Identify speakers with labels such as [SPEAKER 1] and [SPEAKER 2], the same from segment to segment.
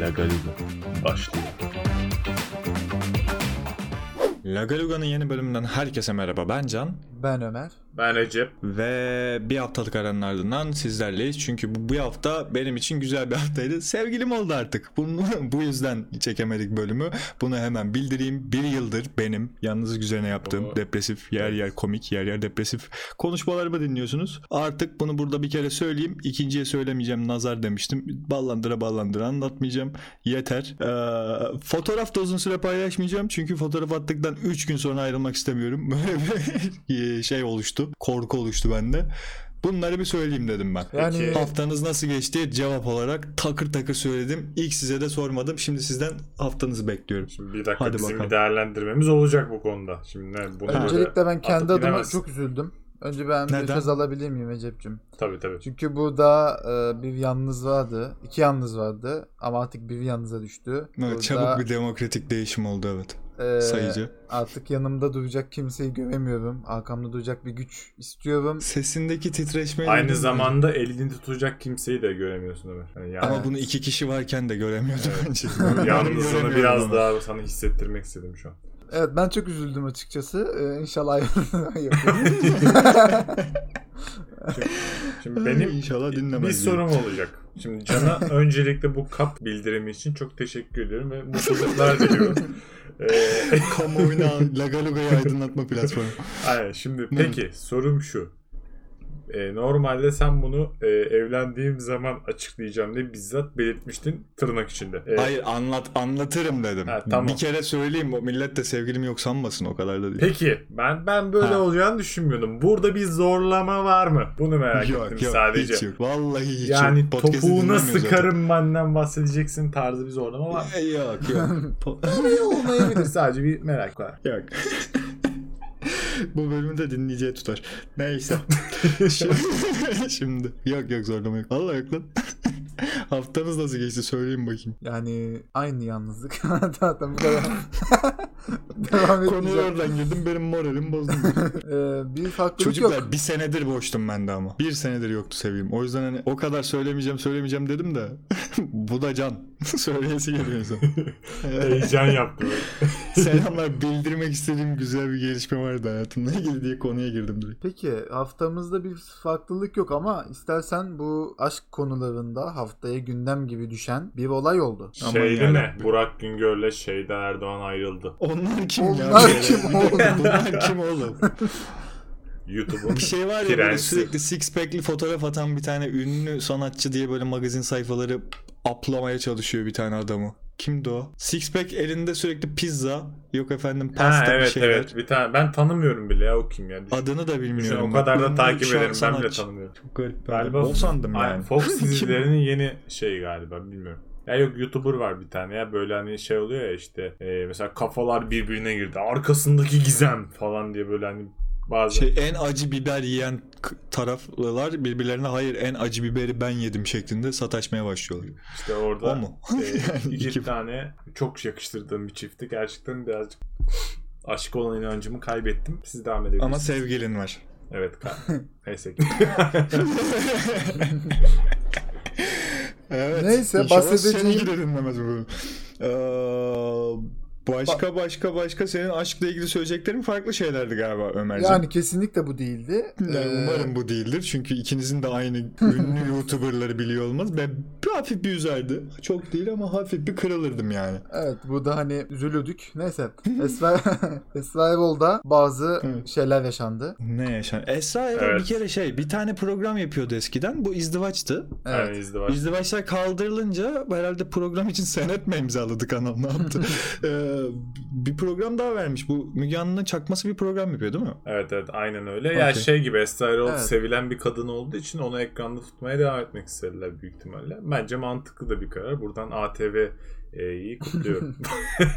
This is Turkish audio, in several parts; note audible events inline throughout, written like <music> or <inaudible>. [SPEAKER 1] Lagaluga başlıyor.
[SPEAKER 2] Lagaluga'nın yeni bölümünden herkese merhaba ben Can
[SPEAKER 3] Ben Ömer.
[SPEAKER 1] Ben Recep.
[SPEAKER 2] ve bir haftalık aranın ardından sizlerleyiz çünkü bu, bu hafta benim için güzel bir haftaydı. Sevgilim oldu artık. Bunu, <laughs> bu yüzden çekemedik bölümü. Bunu hemen bildireyim. Bir yıldır benim yalnız güzene yaptığım
[SPEAKER 1] Oo.
[SPEAKER 2] depresif, yer yer komik, yer yer depresif konuşmalarımı dinliyorsunuz. Artık bunu burada bir kere söyleyeyim. İkinciye söylemeyeceğim nazar demiştim. Ballandıra ballandıra anlatmayacağım. Yeter. Ee, fotoğraf da uzun süre paylaşmayacağım. Çünkü fotoğraf attıktan 3 gün sonra ayrılmak istemiyorum. <laughs> Böyle bir şey oluştu. Korku oluştu bende. Bunları bir söyleyeyim dedim ben.
[SPEAKER 3] Yani
[SPEAKER 1] Peki.
[SPEAKER 2] Haftanız nasıl geçti? Cevap olarak takır takır söyledim. İlk size de sormadım. Şimdi sizden haftanızı bekliyorum.
[SPEAKER 1] Şimdi bir dakika
[SPEAKER 2] Hadi
[SPEAKER 1] bizim
[SPEAKER 2] bakalım.
[SPEAKER 1] bir değerlendirmemiz olacak bu konuda. Şimdi ne- bunu
[SPEAKER 3] öncelikle ben kendi adıma
[SPEAKER 1] bilemezsin.
[SPEAKER 3] çok üzüldüm. Önce ben
[SPEAKER 2] Neden?
[SPEAKER 3] bir söz alabilir miyim Recep'cim?
[SPEAKER 1] Tabii tabii.
[SPEAKER 3] Çünkü burada e, bir yalnız vardı. iki yalnız vardı. Ama artık bir yalnıza düştü.
[SPEAKER 2] Evet,
[SPEAKER 3] Burada,
[SPEAKER 2] çabuk bir demokratik değişim oldu evet.
[SPEAKER 3] e,
[SPEAKER 2] Sayıcı.
[SPEAKER 3] Artık yanımda duracak kimseyi göremiyorum. Arkamda duracak bir güç istiyorum.
[SPEAKER 2] Sesindeki titreşmeyi
[SPEAKER 1] Aynı
[SPEAKER 2] duydun mu?
[SPEAKER 1] zamanda elini tutacak kimseyi de göremiyorsun Ömer. Yani yani-
[SPEAKER 2] Ama bunu iki kişi varken de göremiyordum
[SPEAKER 1] Evet.
[SPEAKER 2] bence.
[SPEAKER 1] Yalnızlığını
[SPEAKER 2] Göremiyorum
[SPEAKER 1] biraz
[SPEAKER 2] ama.
[SPEAKER 1] daha sana hissettirmek istedim şu an.
[SPEAKER 3] Evet ben çok üzüldüm açıkçası. E, inşallah <laughs> ayrılır.
[SPEAKER 1] Şimdi benim
[SPEAKER 2] Ee, inşallah dinlemez.
[SPEAKER 1] bir
[SPEAKER 2] yani. <laughs>
[SPEAKER 1] sorum olacak. Şimdi Can'a öncelikle bu kap bildirimi için çok teşekkür ediyorum ve mutluluklar
[SPEAKER 2] <laughs>
[SPEAKER 1] diliyorum. Ee,
[SPEAKER 2] Kamuoyuna Lagaluga'yı aydınlatma platformu.
[SPEAKER 1] Aynen şimdi peki sorum şu. Ee, normalde sen bunu e, evlendiğim zaman açıklayacağım diye bizzat belirtmiştin tırnak içinde. Ee,
[SPEAKER 2] Hayır anlat anlatırım dedim.
[SPEAKER 1] Ha, tamam.
[SPEAKER 2] Bir kere söyleyeyim o millet de sevgilim yok sanmasın o kadar da değil.
[SPEAKER 1] Peki ben ben böyle
[SPEAKER 2] Ha.
[SPEAKER 1] olacağını düşünmüyordum. Burada bir zorlama var mı? Bunu merak ettim
[SPEAKER 2] yok yok
[SPEAKER 1] sadece.
[SPEAKER 2] hiç yok. Vallahi hiç
[SPEAKER 1] Yani
[SPEAKER 2] yok. Podcast'ı
[SPEAKER 1] topuğuna
[SPEAKER 2] dinlemiyor zaten.
[SPEAKER 1] sıkarım benden bahsedeceksin tarzı bir zorlama
[SPEAKER 2] <laughs>
[SPEAKER 1] var mı?
[SPEAKER 2] E, Yok yok. Po-
[SPEAKER 1] Olmayabilir sadece bir merak var.
[SPEAKER 2] Yok. Bu bölümü de dinleyiciye tutar. Neyse. şimdi, şimdi. Yok yok zorlama yok. Allah yok lan. <laughs> Haftanız nasıl geçti söyleyeyim bakayım.
[SPEAKER 3] yani aynı yalnızlık. <laughs> Zaten bu kadar. <laughs> Devam
[SPEAKER 2] Konuya
[SPEAKER 3] edeceğim.
[SPEAKER 2] oradan girdim benim moralim bozdu.
[SPEAKER 3] E, bir farklılık
[SPEAKER 2] Çocuklar
[SPEAKER 3] yok.
[SPEAKER 2] bir senedir boştum ben de ama. Bir senedir yoktu seveyim. O yüzden hani o kadar söylemeyeceğim söylemeyeceğim dedim de. <laughs> Bu da can. <laughs> Söyleyesi geliyor insan.
[SPEAKER 1] Heyecan yaptım.
[SPEAKER 2] Selamlar bildirmek istediğim güzel bir gelişme vardı hayatımla ilgili diye konuya girdim direkt.
[SPEAKER 3] Peki haftamızda bir farklılık yok ama istersen bu aşk konularında haftaya gündem gibi düşen bir olay oldu.
[SPEAKER 2] Aman
[SPEAKER 1] şey değil mi?
[SPEAKER 2] yarabbim.
[SPEAKER 1] Burak Güngör'le Şeyda Erdoğan ayrıldı.
[SPEAKER 2] Onlar kim ya?
[SPEAKER 3] Onlar kim oğlum?
[SPEAKER 2] Bunlar kim oğlum?
[SPEAKER 1] YouTube'un
[SPEAKER 2] <laughs> Bir şey var ya böyle
[SPEAKER 1] Prensi.
[SPEAKER 2] sürekli six pack'li fotoğraf atan bir tane ünlü sanatçı diye böyle magazin sayfaları aplamaya çalışıyor bir tane adamı. Kimdi o? Six pack elinde sürekli pizza, yok efendim
[SPEAKER 1] Ha
[SPEAKER 2] pasta bir
[SPEAKER 1] evet
[SPEAKER 2] şeyler.
[SPEAKER 1] evet bir tane ben tanımıyorum bile ya o kim ya. Düşün,
[SPEAKER 2] Adını da
[SPEAKER 1] düşün,
[SPEAKER 2] bilmiyorum.
[SPEAKER 1] o
[SPEAKER 2] ben.
[SPEAKER 1] kadar da
[SPEAKER 2] Ünlü
[SPEAKER 1] takip
[SPEAKER 2] şu an
[SPEAKER 1] ederim ben bile
[SPEAKER 2] sanatçı.
[SPEAKER 1] tanımıyorum.
[SPEAKER 2] Çok garip.
[SPEAKER 1] Galiba-
[SPEAKER 2] Galiba o sandım
[SPEAKER 1] Aynen,
[SPEAKER 2] yani.
[SPEAKER 1] Fox
[SPEAKER 2] <laughs> Kim?
[SPEAKER 1] dizilerinin yeni şey galiba bilmiyorum. Ya yok YouTuber var bir tane ya böyle hani şey oluyor ya işte e, mesela kafalar birbirine girdi arkasındaki gizem falan diye böyle hani bazı
[SPEAKER 2] Şey, en acı biber yiyen k- taraflılar birbirlerine hayır en acı biberi ben yedim şeklinde sataşmaya başlıyorlar.
[SPEAKER 1] işte orada
[SPEAKER 2] O mu? <laughs>
[SPEAKER 1] e, iki,
[SPEAKER 2] iki-
[SPEAKER 1] tane çok yakıştırdığım bir çifti gerçekten birazcık aşık olan inancımı kaybettim. Siz devam edebilirsiniz.
[SPEAKER 2] Ama sevgilin var.
[SPEAKER 1] Evet.
[SPEAKER 2] <laughs>
[SPEAKER 1] ka- Neyse ki.
[SPEAKER 2] evet.
[SPEAKER 3] Neyse,
[SPEAKER 2] inşallah
[SPEAKER 3] bahsedeceğim-
[SPEAKER 2] seni de dinlemez bu bölüm. Ee, başka başka başka senin aşkla ilgili söyleyeceklerin farklı şeylerdi galiba Ömerciğim.
[SPEAKER 3] Yani kesinlikle bu değildi.
[SPEAKER 2] Yani
[SPEAKER 3] Ee,
[SPEAKER 2] umarım bu değildir çünkü ikinizin de
[SPEAKER 3] <laughs>
[SPEAKER 2] aynı ünlü YouTuber'ları biliyor olmaz. Ben bir hafif bir üzerdi. Çok değil ama hafif bir kırılırdım yani.
[SPEAKER 3] Evet bu da hani üzülürdük. Neyse. <laughs> Esra <laughs> Esra Erol'da bazı
[SPEAKER 2] Evet.
[SPEAKER 3] şeyler yaşandı.
[SPEAKER 2] Ne yaşan? Esra Erol
[SPEAKER 1] Evet.
[SPEAKER 2] bir kere şey bir tane program yapıyordu eskiden. Bu izdivaçtı.
[SPEAKER 3] Evet.
[SPEAKER 1] Yani izdi var.
[SPEAKER 2] İzdivaçlar kaldırılınca herhalde program için senet mi imzaladı kanal ne
[SPEAKER 3] <laughs>
[SPEAKER 2] yaptı? Ee, bir program daha vermiş. Bu Müge Anlı'nın çakması bir program yapıyor değil mi?
[SPEAKER 1] Evet evet aynen öyle. Ya
[SPEAKER 2] Okey.
[SPEAKER 1] şey gibi Esra Erol
[SPEAKER 3] Evet.
[SPEAKER 1] sevilen bir kadın olduğu için onu ekranda tutmaya devam etmek istediler büyük ihtimalle. Bence mantıklı da bir karar. Buradan ATV'yi
[SPEAKER 3] <laughs>
[SPEAKER 1] kutluyorum. <laughs>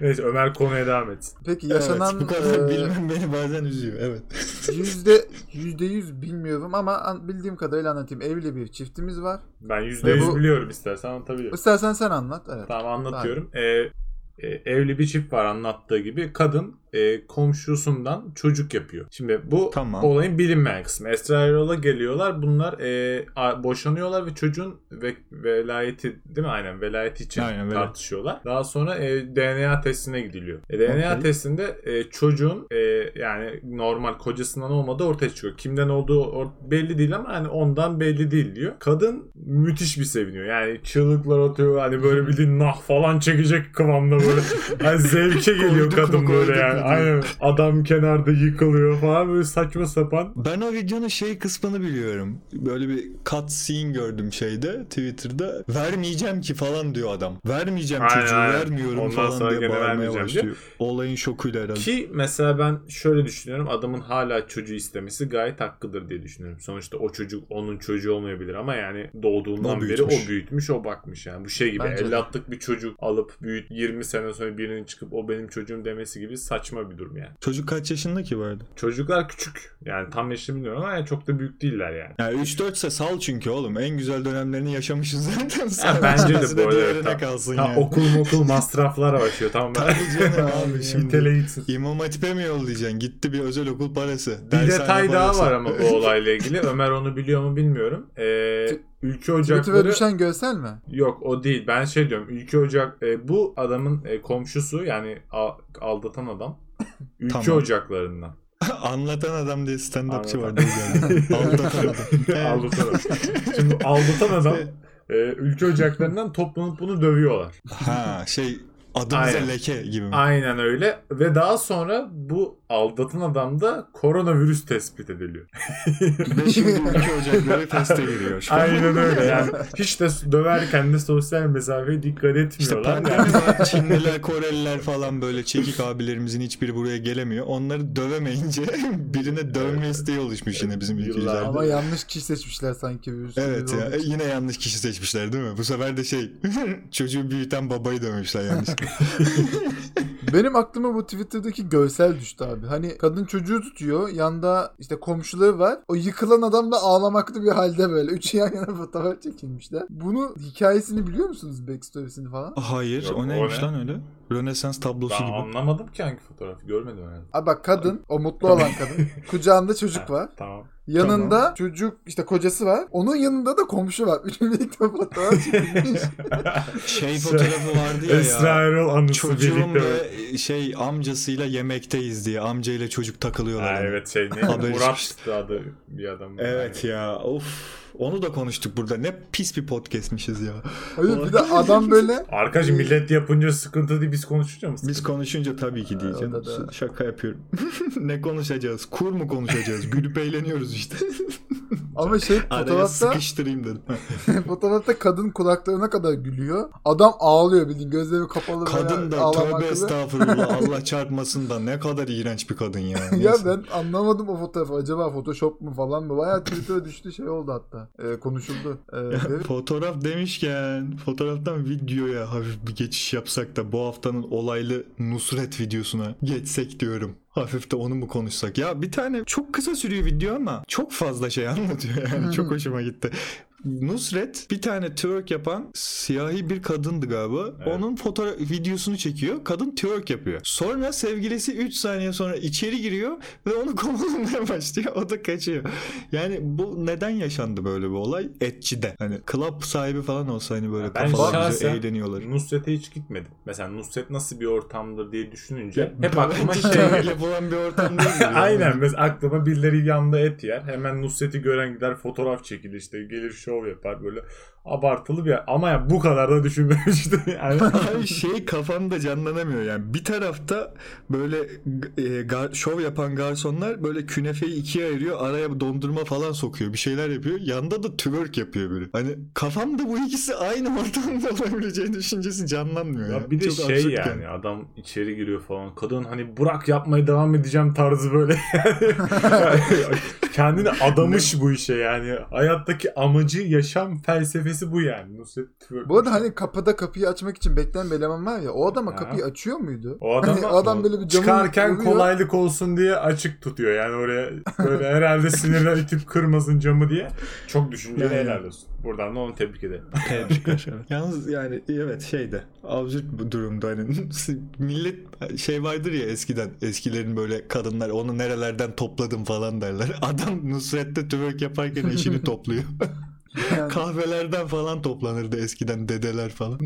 [SPEAKER 1] Neyse Ömer konuya devam etsin.
[SPEAKER 3] Peki yaşanan
[SPEAKER 2] Evet, bu kadar
[SPEAKER 3] e,
[SPEAKER 2] bilmem beni bazen üzüyor. Evet.
[SPEAKER 3] <laughs> yüzde yüzde yüz bilmiyorum ama an- bildiğim kadarıyla anlatayım. Evli bir çiftimiz var.
[SPEAKER 1] Ben %100
[SPEAKER 3] bu-
[SPEAKER 1] biliyorum istersen anlatabilirim.
[SPEAKER 3] İstersen sen anlat. Evet.
[SPEAKER 1] Tamam anlatıyorum. Ee, e, evli bir çift var anlattığı gibi. Kadın e, komşusundan çocuk yapıyor. Şimdi bu
[SPEAKER 2] Tamam.
[SPEAKER 1] olayın bilinmeyen kısmı. Esra Erol'a geliyorlar. Bunlar e, a- boşanıyorlar ve çocuğun ve, velayeti değil mi? Aynen velayeti için
[SPEAKER 2] Aynen, velayet.
[SPEAKER 1] tartışıyorlar. Daha sonra e, DNA testine gidiliyor. E, DNA
[SPEAKER 2] Okey.
[SPEAKER 1] testinde e, çocuğun e, yani normal kocasından olmadığı ortaya çıkıyor. Kimden olduğu or- belli değil ama hani ondan belli değil diyor. Kadın müthiş bir seviniyor. Yani çığlıklar atıyor. Hani böyle bildiğin nah falan çekecek kıvamda böyle. Hani zevke geliyor
[SPEAKER 3] Koyduk mu,
[SPEAKER 1] kadın
[SPEAKER 3] koyduk
[SPEAKER 1] böyle
[SPEAKER 3] mu
[SPEAKER 1] yani.
[SPEAKER 3] diyor.
[SPEAKER 1] Aynen. Adam kenarda yıkılıyor falan böyle saçma sapan.
[SPEAKER 2] Ben o videonun şey kısmını biliyorum. Böyle bir cut scene gördüm şeyde Twitter'da. Vermeyeceğim ki falan diyor adam. Vermeyeceğim
[SPEAKER 1] Aynen,
[SPEAKER 2] çocuğu
[SPEAKER 1] aynen.
[SPEAKER 2] vermiyorum
[SPEAKER 1] Ondan sonra
[SPEAKER 2] falan diye
[SPEAKER 1] gene
[SPEAKER 2] bağırmaya
[SPEAKER 1] vermeyeceğim
[SPEAKER 2] başlıyor.
[SPEAKER 1] diyor.
[SPEAKER 2] Olayın şokuyla herhalde.
[SPEAKER 1] Ki mesela ben şöyle düşünüyorum. Adamın hala çocuğu istemesi gayet hakkıdır diye düşünüyorum. Sonuçta o çocuk onun çocuğu olmayabilir ama yani doğduğundan
[SPEAKER 2] O
[SPEAKER 1] beri
[SPEAKER 2] büyütmüş.
[SPEAKER 1] o büyütmüş o bakmış yani. Bu şey gibi
[SPEAKER 3] Bence de.
[SPEAKER 1] evlatlık bir çocuk alıp büyüt 20 sene sonra birinin çıkıp o benim çocuğum demesi gibi saçma bir durum yani.
[SPEAKER 2] Çocuk kaç yaşında ki bu arada?
[SPEAKER 1] Çocuklar küçük. Yani tam yaşını bilmiyorum ama yani çok da büyük değiller yani.
[SPEAKER 2] Ya 3-4 ise sal çünkü oğlum. En güzel dönemlerini yaşamışsın <laughs> zaten.
[SPEAKER 1] Ya bence de bu arada
[SPEAKER 2] Diğerine
[SPEAKER 1] evet, tam-
[SPEAKER 2] kalsın
[SPEAKER 1] Ha,
[SPEAKER 2] yani. <laughs>
[SPEAKER 1] okul okul masraflar başlıyor tamam ben.
[SPEAKER 2] Tabii
[SPEAKER 1] <laughs>
[SPEAKER 2] canım abi
[SPEAKER 1] Şimdi
[SPEAKER 2] şimdi.
[SPEAKER 1] gitsin.
[SPEAKER 2] İmam Hatip'e mi yollayacaksın? Gitti bir özel okul parası.
[SPEAKER 1] Bir
[SPEAKER 2] dershane
[SPEAKER 1] detay daha
[SPEAKER 2] parası.
[SPEAKER 1] var ama bu olayla ilgili. Ömer onu biliyor mu bilmiyorum. Ee,
[SPEAKER 3] Tü-
[SPEAKER 1] ülke
[SPEAKER 3] Twitter'a
[SPEAKER 1] ocakları...
[SPEAKER 3] düşen görsel mi?
[SPEAKER 1] Yok o değil. Ben şey diyorum. Ülke ocak... e, bu adamın e, komşusu yani a- aldatan adam.
[SPEAKER 2] <laughs>
[SPEAKER 1] Ülke
[SPEAKER 2] Tamam.
[SPEAKER 1] ocaklarından.
[SPEAKER 2] <laughs> Anlatan adam diye stand-upçı
[SPEAKER 1] Anlatan.
[SPEAKER 2] vardı.
[SPEAKER 1] <laughs>
[SPEAKER 2] yani. <laughs> Aldatan adam. Evet.
[SPEAKER 1] aldatan adam. Şimdi bu aldatan adam e, ülke ocaklarından toplanıp bunu dövüyorlar.
[SPEAKER 2] Ha şey adımıza
[SPEAKER 1] Aynen.
[SPEAKER 2] leke gibi mi?
[SPEAKER 1] Aynen öyle. Ve daha sonra bu aldatan adamda koronavirüs tespit ediliyor.
[SPEAKER 2] <laughs> Ve şimdi ülke ocakları peste giriyor. şu
[SPEAKER 1] <laughs>
[SPEAKER 2] an.
[SPEAKER 1] Aynen öyle yani. Hiç de döverken de sosyal mesafeye dikkat
[SPEAKER 2] İşte
[SPEAKER 1] etmiyorlar. yani.
[SPEAKER 2] pandemi var. Çinliler, Koreliler falan böyle çekik abilerimizin hiçbiri buraya gelemiyor. Onları dövemeyince <laughs> birine dövme isteği oluşmuş yine bizim
[SPEAKER 1] Yıllar-
[SPEAKER 2] ülkemizde.
[SPEAKER 3] Ama yanlış kişi seçmişler sanki. Bir sürü
[SPEAKER 2] Evet ya E,
[SPEAKER 3] olduğu için.
[SPEAKER 2] yine yanlış kişi seçmişler değil mi? Bu sefer de şey <laughs> çocuğu büyüten babayı dövmüşler yanlışlıkla.
[SPEAKER 3] Benim aklıma bu Twitter'daki görsel düştü abi. Hani kadın çocuğu tutuyor. Yanda işte komşuları var. O yıkılan adam da ağlamaklı bir halde böyle. Üçü yan yana fotoğraf çekilmişler. Bunu hikayesini biliyor musunuz? Backstory'sini falan.
[SPEAKER 2] <laughs> Hayır
[SPEAKER 1] Yok,
[SPEAKER 2] o neymiş
[SPEAKER 1] o ne?
[SPEAKER 2] lan öyle? Rönesans tablosu
[SPEAKER 1] Ben
[SPEAKER 2] gibi.
[SPEAKER 1] anlamadım ki hangi fotoğrafı görmedim herhalde.
[SPEAKER 3] Abi bak kadın, o mutlu olan
[SPEAKER 2] <laughs>
[SPEAKER 3] kadın. Kucağında çocuk var.
[SPEAKER 1] <laughs> Tamam.
[SPEAKER 3] Yanında çocuk işte kocası var. Onun yanında da komşu var. Üçü birlikte
[SPEAKER 2] <laughs>
[SPEAKER 3] fotoğraf çekilmiş.
[SPEAKER 2] Şey fotoğrafı vardı ya.
[SPEAKER 1] Esra Erol anısı
[SPEAKER 2] Çocuğun
[SPEAKER 1] birlikte.
[SPEAKER 2] ve şey amcasıyla yemekteyiz diye amcayla çocuk takılıyorlar.
[SPEAKER 1] Ha,
[SPEAKER 2] yani.
[SPEAKER 1] evet şey ne?
[SPEAKER 2] Haberi
[SPEAKER 1] Murat
[SPEAKER 2] çıkmıştı.
[SPEAKER 1] adı bir adam.
[SPEAKER 2] Evet ya of onu da konuştuk burada ne pis bir podcastmişiz ya.
[SPEAKER 3] Hayır bir de adam böyle
[SPEAKER 2] Ee,
[SPEAKER 1] Arkadaşım millet yapınca sıkıntı değil biz konuşuyor musun?
[SPEAKER 2] Biz konuşunca tabii ki diyeceğim.
[SPEAKER 3] o da- da.
[SPEAKER 2] Şaka yapıyorum. <laughs> ne konuşacağız? Kur mu konuşacağız? Gülüp eğleniyoruz işte.
[SPEAKER 3] ama şey
[SPEAKER 2] Araya
[SPEAKER 3] fotoğrafta
[SPEAKER 2] sıkıştırayım dedim.
[SPEAKER 3] <laughs> fotoğrafta kadın kulaklarına kadar gülüyor. Adam ağlıyor bildiğin gözleri kapalı böyle
[SPEAKER 2] kadın da tövbe
[SPEAKER 3] ağlamaklı. <laughs>
[SPEAKER 2] estağfurullah Allah çarpmasın da ne kadar iğrenç bir kadın ya.
[SPEAKER 3] ya
[SPEAKER 2] Neyse.
[SPEAKER 3] ben anlamadım o fotoğrafı. Acaba Photoshop mu falan mı? Bayağı Twitter'a düştü şey oldu hatta. Ee, konuşuldu. Ee, ve-
[SPEAKER 2] Fotoğraf demişken fotoğraftan videoya hafif bir geçiş yapsak da bu haftanın olaylı Nusret videosuna geçsek diyorum. Hafif de onu mu konuşsak? Ya bir tane çok kısa sürüyor video ama çok fazla şey <laughs> anlatıyor
[SPEAKER 3] Hmm.
[SPEAKER 2] yani çok hoşuma gitti. Nusret bir tane twerk yapan siyahi bir kadındı galiba.
[SPEAKER 1] Evet.
[SPEAKER 2] Onun fotoğraf videosunu çekiyor. Kadın twerk yapıyor. Sonra sevgilisi 3 saniye sonra içeri giriyor ve onu kovalamaya <laughs> başlıyor. O da kaçıyor. Yani bu neden yaşandı böyle bir olay? Etçide. Hani club sahibi falan olsa hani böyle
[SPEAKER 1] Ya ben
[SPEAKER 2] kafalar güzel
[SPEAKER 1] şahsen-
[SPEAKER 2] eğleniyorlar.
[SPEAKER 1] Nusret'e hiç gitmedim. Mesela Nusret nasıl bir ortamdır diye düşününce hep
[SPEAKER 2] Böyle
[SPEAKER 1] aklıma şey
[SPEAKER 2] twerk <laughs>
[SPEAKER 1] geliyor.
[SPEAKER 2] yapılan bir
[SPEAKER 1] <laughs>
[SPEAKER 2] ortam değil mi?
[SPEAKER 1] Aynen mesela aklıma birileri yanda et yer. Hemen Nusret'i gören gider fotoğraf çekilir işte gelir şov yapar böyle abartılı bir ama ya bu kadar da düşünmemiştim <laughs> yani.
[SPEAKER 2] Abi şey kafamda canlanamıyor yani. Bir tarafta böyle e, gar- şov yapan garsonlar böyle künefeyi ikiye ayırıyor. Araya dondurma falan sokuyor. Bir şeyler yapıyor. Yanda da twerk yapıyor böyle. Hani kafamda bu ikisi aynı <laughs> ortamda olabileceği düşüncesi canlanmıyor.
[SPEAKER 1] Ya
[SPEAKER 2] ya.
[SPEAKER 1] bir de
[SPEAKER 2] Çok
[SPEAKER 1] şey
[SPEAKER 2] absürt
[SPEAKER 1] yani adam içeri giriyor falan. Kadın hani Burak yapmaya devam edeceğim tarzı böyle. <laughs> Kendini adamış bu işe yani. Hayattaki amacı, yaşam felsefesi bu yani. Nusret Tübük.
[SPEAKER 3] Bu arada hani kapıda kapıyı açmak için bekleyen bir eleman var ya o adama
[SPEAKER 1] Ha.
[SPEAKER 3] kapıyı açıyor muydu?
[SPEAKER 1] o adam,
[SPEAKER 3] hani adam böyle bir camı
[SPEAKER 1] çıkarken
[SPEAKER 3] vuruyor.
[SPEAKER 1] kolaylık olsun diye açık tutuyor. Yani oraya böyle herhalde sinirden itip kırmasın camı diye. Çok düşünceli
[SPEAKER 2] Yani.
[SPEAKER 1] helal olsun. Buradan da onu tebrik edelim.
[SPEAKER 2] Tebrikler. evet. Yalnız yani evet şeyde absürt bu durumda hani <laughs> millet şey vardır ya eskiden eskilerin böyle kadınlar onu nerelerden topladım falan derler. <laughs> Adam Nusret'te tüvek yaparken <laughs> eşini topluyor.
[SPEAKER 3] <laughs> Yani
[SPEAKER 2] Kahvelerden falan toplanırdı eskiden dedeler falan.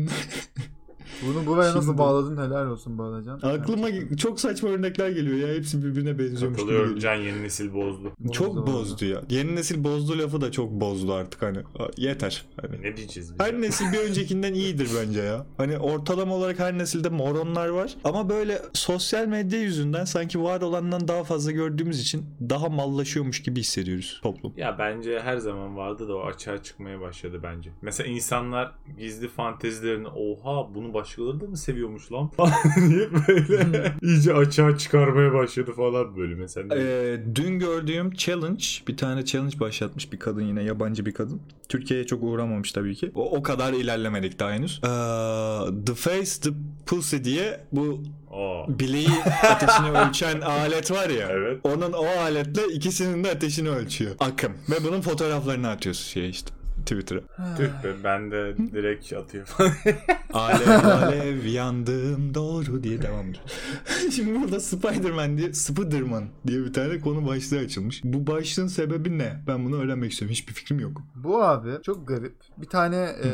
[SPEAKER 3] bunu buraya nasıl
[SPEAKER 2] Şimdi-
[SPEAKER 3] bağladın helal olsun bağlayacaksın.
[SPEAKER 2] Aklıma çok saçma örnekler geliyor ya hepsi birbirine benziyormuş gibi
[SPEAKER 1] Katılıyorum.
[SPEAKER 2] geliyor.
[SPEAKER 1] Can yeni nesil bozdu.
[SPEAKER 2] Çok bozdu ya. Yeni nesil bozdu lafı da çok bozdu artık hani. Yeter. Hani
[SPEAKER 1] Ne diyeceğiz biz?
[SPEAKER 2] Her nesil bir öncekinden iyidir bence ya. Hani ortalama olarak her nesilde moronlar var. Ama böyle sosyal medya yüzünden sanki var olandan daha fazla gördüğümüz için daha mallaşıyormuş gibi hissediyoruz toplum.
[SPEAKER 1] Ya bence her zaman vardı da o açığa çıkmaya başladı bence. Mesela insanlar gizli fantezilerini oha bunu başkaları da mı seviyormuş lan falan <laughs> diye böyle iyice açığa çıkarmaya başladı falan böyle mesela.
[SPEAKER 2] Ee, dün gördüğüm challenge bir tane challenge başlatmış bir kadın yine yabancı bir kadın. Türkiye'ye çok uğramamış tabii ki. O, o kadar ilerlemedik daha henüz. Ee, the face the pussy diye bu
[SPEAKER 1] Aa,
[SPEAKER 2] bileği ateşini ölçen alet var ya.
[SPEAKER 1] Evet.
[SPEAKER 2] Onun o aletle ikisinin de ateşini ölçüyor. Akım. Ve bunun fotoğraflarını atıyorsun şey işte. Twitter'a.
[SPEAKER 1] tüh be ben de direkt atıyor falan.
[SPEAKER 2] Alev alev yandım doğru diye devam ediyor. <laughs> Şimdi burada Spider-Man diye Spiderman diye bir tane konu başlığı açılmış. Bu başlığın sebebi ne? Ben bunu öğrenmek istiyorum. Hiçbir fikrim yok.
[SPEAKER 3] Bu abi çok garip. Bir tane e,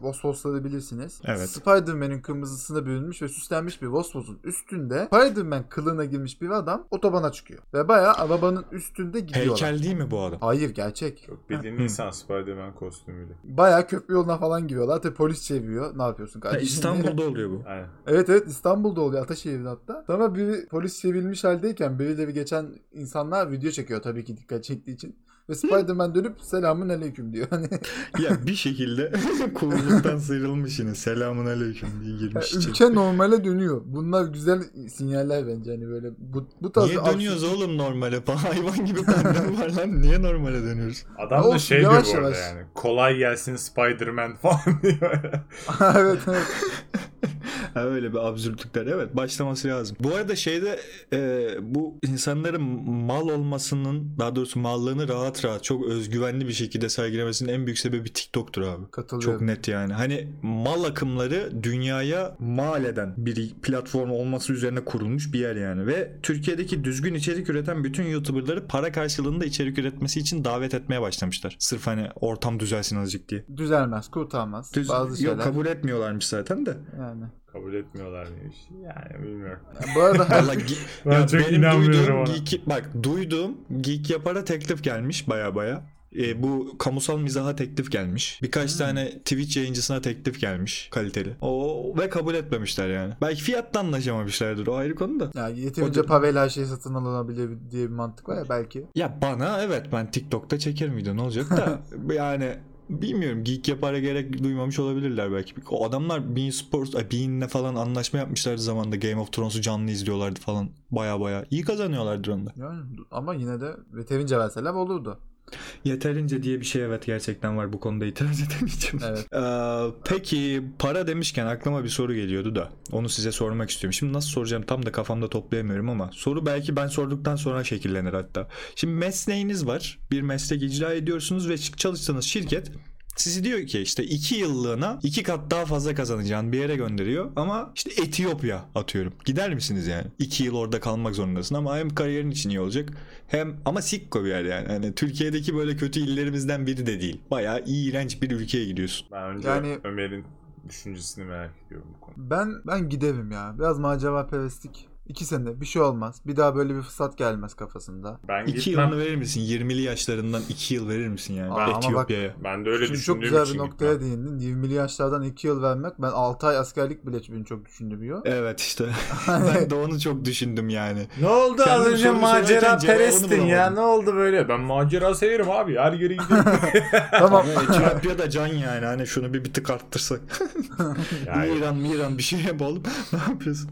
[SPEAKER 3] Vosvosları bilirsiniz.
[SPEAKER 2] Evet.
[SPEAKER 3] Spider-Man'in kırmızısına bürünmüş ve süslenmiş bir Vosvos'un üstünde Spider-Man kılığına girmiş bir adam otobana çıkıyor. Ve bayağı arabanın üstünde gidiyorlar.
[SPEAKER 2] Heykel değil mi bu adam?
[SPEAKER 3] Hayır gerçek.
[SPEAKER 1] <laughs> Çok bildiğin insan Spider-Man kostümüyle.
[SPEAKER 3] Bayağı köprü yoluna falan giriyorlar. Tabii polis çeviriyor. Ne yapıyorsun
[SPEAKER 2] Ha,
[SPEAKER 3] kardeşim?
[SPEAKER 2] İstanbul'da oluyor bu.
[SPEAKER 1] Aynen.
[SPEAKER 3] <laughs> Evet evet İstanbul'da oluyor Ataşehir'de hatta. Sonra bir polis çevrilmiş haldeyken birileri geçen insanlar video çekiyor tabii ki dikkat çektiği için. Ve Spider-Man dönüp selamun aleyküm diyor.
[SPEAKER 2] <laughs>
[SPEAKER 3] Hani
[SPEAKER 2] ya bir şekilde <laughs> kulluktan sıyrılmış yine. Selamun aleyküm diye girmiş. içeri.
[SPEAKER 3] <laughs> ülke normale dönüyor. Bunlar güzel sinyaller bence hani böyle bu, bu tarz
[SPEAKER 2] Niye
[SPEAKER 3] absürt- <laughs>
[SPEAKER 2] dönüyoruz oğlum normale falan? <laughs> Hayvan gibi pandemi var lan. Niye normale dönüyoruz?
[SPEAKER 1] Adam da
[SPEAKER 3] Olsun,
[SPEAKER 1] şey diyor
[SPEAKER 3] yavaş
[SPEAKER 1] bu arada
[SPEAKER 3] yavaş.
[SPEAKER 1] yani. Kolay gelsin Spider-Man <laughs> falan diyor.
[SPEAKER 3] evet evet.
[SPEAKER 2] Ha, öyle bir absürtlükler. Evet başlaması lazım. Bu arada şeyde e, bu insanların mal olmasının daha doğrusu mallığını rahat rahat çok özgüvenli bir şekilde sergilemesinin en büyük sebebi TikTok'tur abi. Çok
[SPEAKER 3] Katılıyorum.
[SPEAKER 2] net yani. Hani mal akımları dünyaya mal eden bir platform olması üzerine kurulmuş bir yer yani. Ve Türkiye'deki düzgün içerik üreten bütün YouTuber'ları para karşılığında içerik üretmesi için davet etmeye başlamışlar. Sırf hani ortam düzelsin azıcık diye.
[SPEAKER 3] Düzelmez, kurtarmaz.
[SPEAKER 2] Düz-
[SPEAKER 3] Bazı şeyler.
[SPEAKER 2] Yok kabul etmiyorlarmış zaten
[SPEAKER 3] <laughs>
[SPEAKER 2] de.
[SPEAKER 3] Yani.
[SPEAKER 1] Kabul etmiyorlar demiş. Yani bilmiyorum.
[SPEAKER 3] Bu
[SPEAKER 2] <laughs>
[SPEAKER 3] arada her
[SPEAKER 2] Valla gi-
[SPEAKER 1] Ben
[SPEAKER 2] ya
[SPEAKER 1] çok
[SPEAKER 2] benim
[SPEAKER 1] inanmıyorum
[SPEAKER 2] duyduğum
[SPEAKER 1] ona.
[SPEAKER 2] geek, bak duyduğum geek yapara teklif gelmiş baya baya. E, bu kamusal mizaha teklif gelmiş. Birkaç
[SPEAKER 1] Hmm.
[SPEAKER 2] tane Twitch yayıncısına teklif gelmiş kaliteli. O ve kabul etmemişler yani. Belki fiyatla anlaşamamışlardır o ayrı konu da.
[SPEAKER 3] yani yeterince
[SPEAKER 2] O-
[SPEAKER 3] Pavel her şeyi satın alınabilir diye bir mantık var ya belki.
[SPEAKER 2] Ya bana evet ben TikTok'ta çeker miydim ne
[SPEAKER 1] <laughs>
[SPEAKER 2] olacak da yani bilmiyorum geek yapara gerek duymamış olabilirler belki. O adamlar Bean Sports, ay, Bean'le falan anlaşma yapmışlardı zamanda Game of Thrones'u canlı izliyorlardı falan. Baya baya iyi kazanıyorlardır onda.
[SPEAKER 3] Yani, ama yine de yeterince verseler olurdu.
[SPEAKER 2] Yeterince diye bir şey evet gerçekten var bu konuda itiraz <laughs> edemeyeceğim.
[SPEAKER 1] <laughs>
[SPEAKER 3] Evet.
[SPEAKER 2] Ee, peki para demişken aklıma bir soru geliyordu da onu size sormak istiyorum. Şimdi nasıl soracağım tam da kafamda toplayamıyorum ama soru belki ben sorduktan sonra şekillenir hatta. Şimdi mesleğiniz var bir meslek icra ediyorsunuz ve çalıştığınız şirket sizi diyor ki işte 2 yıllığına 2 kat daha fazla kazanacağın bir yere gönderiyor ama işte Etiyopya atıyorum. Gider misiniz yani? 2 yıl orada kalmak zorundasın ama hem kariyerin için iyi olacak hem ama sikko bir yer yani. Hani Türkiye'deki böyle kötü illerimizden biri de değil. Bayağı iğrenç bir ülkeye gidiyorsun.
[SPEAKER 1] Ben önce
[SPEAKER 3] Yani-
[SPEAKER 1] Ömer'in düşüncesini merak ediyorum bu konuda.
[SPEAKER 3] Ben ben giderim ya. Biraz macera perestlik. İki sene bir şey olmaz. Bir daha böyle bir fırsat gelmez kafasında.
[SPEAKER 1] Ben
[SPEAKER 2] 2
[SPEAKER 1] gitmem.
[SPEAKER 2] yılını verir misin? 20'li yaşlarından 2 yıl verir misin yani
[SPEAKER 3] Aa, ama bak-
[SPEAKER 2] Etiyopya'ya?
[SPEAKER 1] Ben de öyle
[SPEAKER 3] Şimdi
[SPEAKER 1] düşündüğüm
[SPEAKER 3] çok güzel
[SPEAKER 1] için
[SPEAKER 3] bir
[SPEAKER 1] gitmem.
[SPEAKER 3] noktaya değindin. 20'li yaşlardan 2 yıl vermek. Ben 6 ay askerlik bile beni çok düşündürüyor.
[SPEAKER 1] <laughs>
[SPEAKER 2] Evet <laughs> işte. ben de onu çok düşündüm yani.
[SPEAKER 1] Ne oldu
[SPEAKER 2] Kendim
[SPEAKER 1] az önce
[SPEAKER 2] soru
[SPEAKER 1] macera
[SPEAKER 2] sorarken cevabını
[SPEAKER 1] perestin ya
[SPEAKER 2] bulamadım.
[SPEAKER 1] ne oldu böyle? Ben macera severim abi her yere
[SPEAKER 3] <laughs>
[SPEAKER 1] gidiyorum.
[SPEAKER 3] tamam.
[SPEAKER 2] Ama Etiyopya'da can yani. Hani şunu bir, bir tık <laughs> arttırsak.
[SPEAKER 1] yani,
[SPEAKER 2] <laughs> İran, İran bir şey yap oğlum. ne yapıyorsun?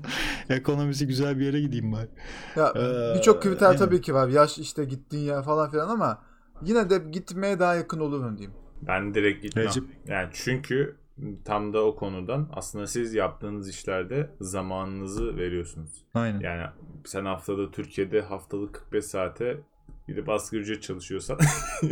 [SPEAKER 2] Ekonomisi güzel güzel bir yere gideyim bari.
[SPEAKER 3] Ya
[SPEAKER 2] Ee,
[SPEAKER 3] birçok kriter
[SPEAKER 2] yani.
[SPEAKER 3] tabii ki var. Yaş işte gittiğin yer falan filan ama yine de gitmeye daha yakın olurun diyeyim.
[SPEAKER 1] Ben direkt gitmem.
[SPEAKER 2] Recep.
[SPEAKER 1] Yani çünkü tam da o konudan aslında siz yaptığınız işlerde zamanınızı veriyorsunuz.
[SPEAKER 2] Aynen.
[SPEAKER 1] Yani sen haftada Türkiye'de haftalık 45 saate gidip asgari ücret çalışıyorsan <laughs>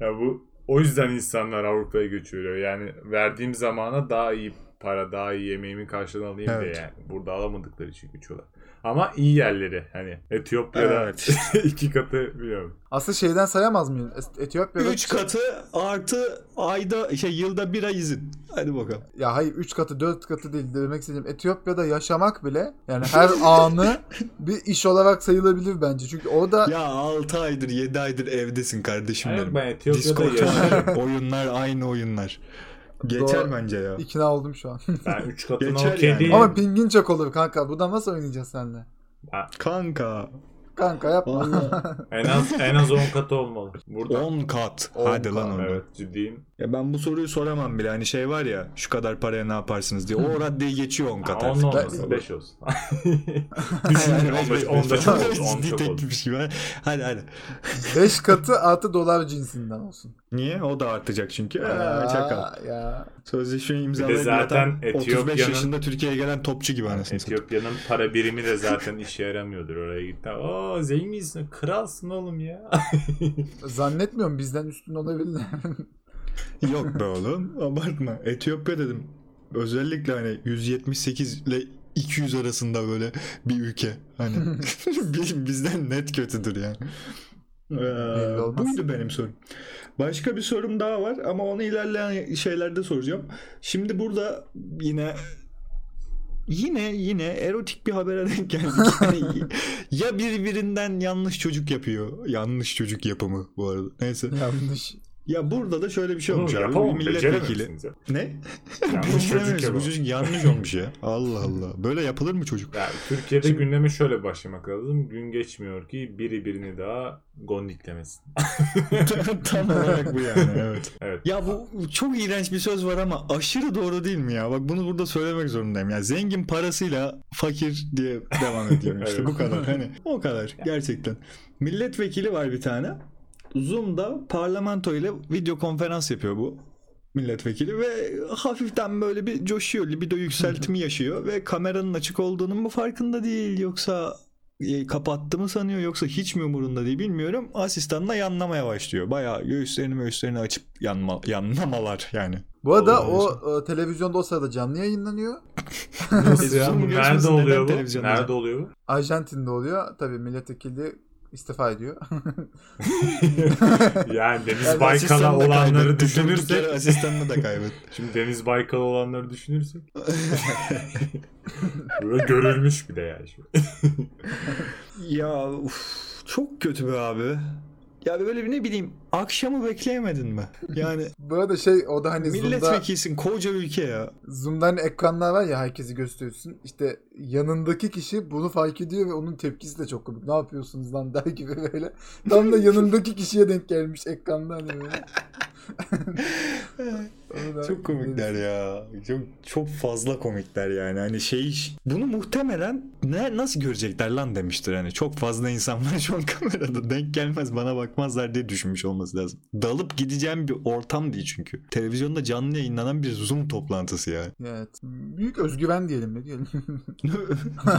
[SPEAKER 1] ya bu o yüzden insanlar Avrupa'ya göçüyor. Yani verdiğim zamana daha iyi para, daha iyi yemeğimi karşılığını alayım
[SPEAKER 2] Evet.
[SPEAKER 1] diye yani. Burada alamadıkları için göçüyorlar. Ama iyi yerleri hani Etiyopya'da
[SPEAKER 2] Evet.
[SPEAKER 1] <laughs> iki katı biliyorum.
[SPEAKER 3] Aslında şeyden sayamaz mıyız? Es- Etiyopya'da
[SPEAKER 2] 3 katı artı ayda şey yılda bir ay izin. Hadi bakalım.
[SPEAKER 3] ya hayır 3 katı 4 katı değil demek istediğim Etiyopya'da yaşamak bile yani
[SPEAKER 2] <laughs>
[SPEAKER 3] her anı bir iş olarak sayılabilir bence. Çünkü orada
[SPEAKER 2] Ya 6 aydır 7 aydır evdesin kardeşim
[SPEAKER 1] Hayır,
[SPEAKER 2] benim.
[SPEAKER 1] ben Etiyopya'da
[SPEAKER 2] Discord
[SPEAKER 1] yaşıyorum.
[SPEAKER 2] oynar, oyunlar aynı oyunlar. Geçer
[SPEAKER 3] Doğru.
[SPEAKER 2] bence ya.
[SPEAKER 3] ikna oldum şu an.
[SPEAKER 1] <laughs> Ben üç katına
[SPEAKER 2] Geçer
[SPEAKER 1] okey
[SPEAKER 2] <laughs> yani.
[SPEAKER 1] değilim.
[SPEAKER 3] Ama pingin çok olur kanka. Buradan nasıl oynayacağız seninle?
[SPEAKER 2] Kanka.
[SPEAKER 3] Kanka yapma.
[SPEAKER 2] <laughs> Vallahi
[SPEAKER 1] En az en az 10 katı olmalı. Burada
[SPEAKER 2] 10 kat.
[SPEAKER 3] On
[SPEAKER 2] Hadi
[SPEAKER 3] kat,
[SPEAKER 2] lan onu.
[SPEAKER 1] evet ciddiyim.
[SPEAKER 2] Ya ben bu soruyu soramam bile. Hani şey var ya şu kadar paraya ne yaparsınız diye. O raddeyi geçiyor 10 kat
[SPEAKER 1] 10
[SPEAKER 2] artık.
[SPEAKER 1] olmasın
[SPEAKER 3] Ben-
[SPEAKER 1] 5
[SPEAKER 2] <laughs>
[SPEAKER 1] olsun. Düşünün 15
[SPEAKER 2] Beş, beş,
[SPEAKER 1] 10 da
[SPEAKER 2] beş.
[SPEAKER 1] çok oldu. 10 çok
[SPEAKER 2] Ciddi
[SPEAKER 1] oldu.
[SPEAKER 2] teklifmiş gibi. Hadi hadi.
[SPEAKER 3] 5 katı artı dolar cinsinden olsun.
[SPEAKER 2] Niye? O da artacak çünkü. Ee, çakal.
[SPEAKER 3] Aa, ya.
[SPEAKER 2] Sözleşmeyi
[SPEAKER 1] Bir de
[SPEAKER 2] imzalayıp
[SPEAKER 1] zaten
[SPEAKER 2] zaten 35
[SPEAKER 1] Etiyopya'nın-
[SPEAKER 2] yaşında Türkiye'ye gelen topçu gibi anasını satayım.
[SPEAKER 1] Etiyopya'nın para birimi de zaten işe yaramıyordur oraya gitti. Aa zenginsin, kralsın oğlum ya.
[SPEAKER 3] Zannetmiyorum bizden
[SPEAKER 2] <laughs>
[SPEAKER 3] üstün olabilir.
[SPEAKER 2] Yok be oğlum abartma. Etiyopya dedim. Özellikle hani 178 ile 200 arasında böyle bir ülke. Hani <laughs> bi- bizden net kötüdür yani. Ee,
[SPEAKER 3] olmaz.
[SPEAKER 2] buydu benim sorum. Başka bir sorum daha var ama onu ilerleyen şeylerde soracağım. Şimdi burada yine yine yine erotik bir habere denk geldik. Yani ya birbirinden yanlış çocuk yapıyor. Yanlış çocuk yapımı bu arada. Neyse.
[SPEAKER 3] Yanlış.
[SPEAKER 2] Ya burada da şöyle bir şey
[SPEAKER 1] Bunu
[SPEAKER 2] olmuş
[SPEAKER 1] <laughs>
[SPEAKER 2] abi.
[SPEAKER 1] yapamam,
[SPEAKER 2] Bir milletvekili. <laughs>
[SPEAKER 1] beceremezsiniz ya.
[SPEAKER 2] Ne?
[SPEAKER 1] Yanlış çocuk
[SPEAKER 2] Beceremez. <laughs> Bu
[SPEAKER 1] yapamam.
[SPEAKER 2] çocuk yanlış olmuş ya. Allah Allah. Böyle yapılır mı çocuk?
[SPEAKER 1] Yani Türkiye'de
[SPEAKER 2] Şimdi-
[SPEAKER 1] gündeme şöyle başlamak lazım. Gün geçmiyor ki biri birini daha
[SPEAKER 2] <laughs>
[SPEAKER 1] gondiklemesin.
[SPEAKER 2] Tam olarak bu yani evet.
[SPEAKER 1] Evet.
[SPEAKER 2] Ya bu çok iğrenç bir söz var ama aşırı doğru değil mi ya? Bak bunu burada söylemek zorundayım. Ya zengin parasıyla fakir diye devam ediyorum işte
[SPEAKER 1] Evet.
[SPEAKER 2] bu kadar. Hani o kadar gerçekten. Milletvekili var bir tane. Zoom'da parlamento ile video konferans yapıyor bu milletvekili ve hafiften böyle bir coşuyor, libido <laughs> yükseltimi yaşıyor ve kameranın açık olduğunun mu farkında değil yoksa e, kapattı mı sanıyor yoksa hiç mi umurunda değil bilmiyorum. Asistanla yanlamaya başlıyor. Bayağı göğüslerini göğüslerini açıp yanma, yanlamalar yani.
[SPEAKER 3] Bu arada
[SPEAKER 2] Olmaz.
[SPEAKER 3] o e, televizyonda o sırada canlı yayınlanıyor.
[SPEAKER 1] Nasıl
[SPEAKER 2] Zoom
[SPEAKER 1] ya? Nerede
[SPEAKER 2] görüşmesi neden
[SPEAKER 1] oluyor bu?
[SPEAKER 2] televizyonda?
[SPEAKER 1] Nerede oluyor bu?
[SPEAKER 3] Arjantin'de oluyor. Tabii milletvekili istifa ediyor. <laughs>
[SPEAKER 2] <laughs>
[SPEAKER 1] Yani Deniz
[SPEAKER 3] Yani
[SPEAKER 1] Baykal'a
[SPEAKER 2] Asistanı da
[SPEAKER 1] olanları
[SPEAKER 2] kaybetti. Durduk
[SPEAKER 1] düşünürsek
[SPEAKER 2] yere asistanını da kaybetti.
[SPEAKER 1] Şimdi Deniz Baykal olanları düşünürsek. Böyle görülmüş bir de yani. şimdi.
[SPEAKER 2] <laughs> Ya uf, çok kötü be abi. Ya böyle bir ne bileyim akşamı bekleyemedin mi? Yani
[SPEAKER 3] Bu arada şey o da hani Zoom'da,
[SPEAKER 2] milletvekilsin koca ülke ya.
[SPEAKER 3] Zoom'da hani ekranlar var ya herkesi gösteriyorsun. İşte yanındaki kişi bunu fark ediyor ve onun tepkisi de çok komik. Ne yapıyorsunuz lan der gibi böyle. Tam da yanındaki kişiye denk gelmiş ekranda hani böyle.
[SPEAKER 2] Ee,
[SPEAKER 3] Onu da-
[SPEAKER 2] Çok komikler ya. Çok, çok fazla komikler yani. Hani şey bunu muhtemelen ne nasıl görecekler lan demiştir hani. Çok fazla insan var şu an <laughs> kamerada denk gelmez bana bakmazlar diye düşünmüş olması lazım. Dalıp gideceğim bir ortam değil çünkü. Televizyonda canlı yayınlanan bir Zoom toplantısı yani.
[SPEAKER 3] Evet. Büyük özgüven diyelim ne diyelim. <laughs>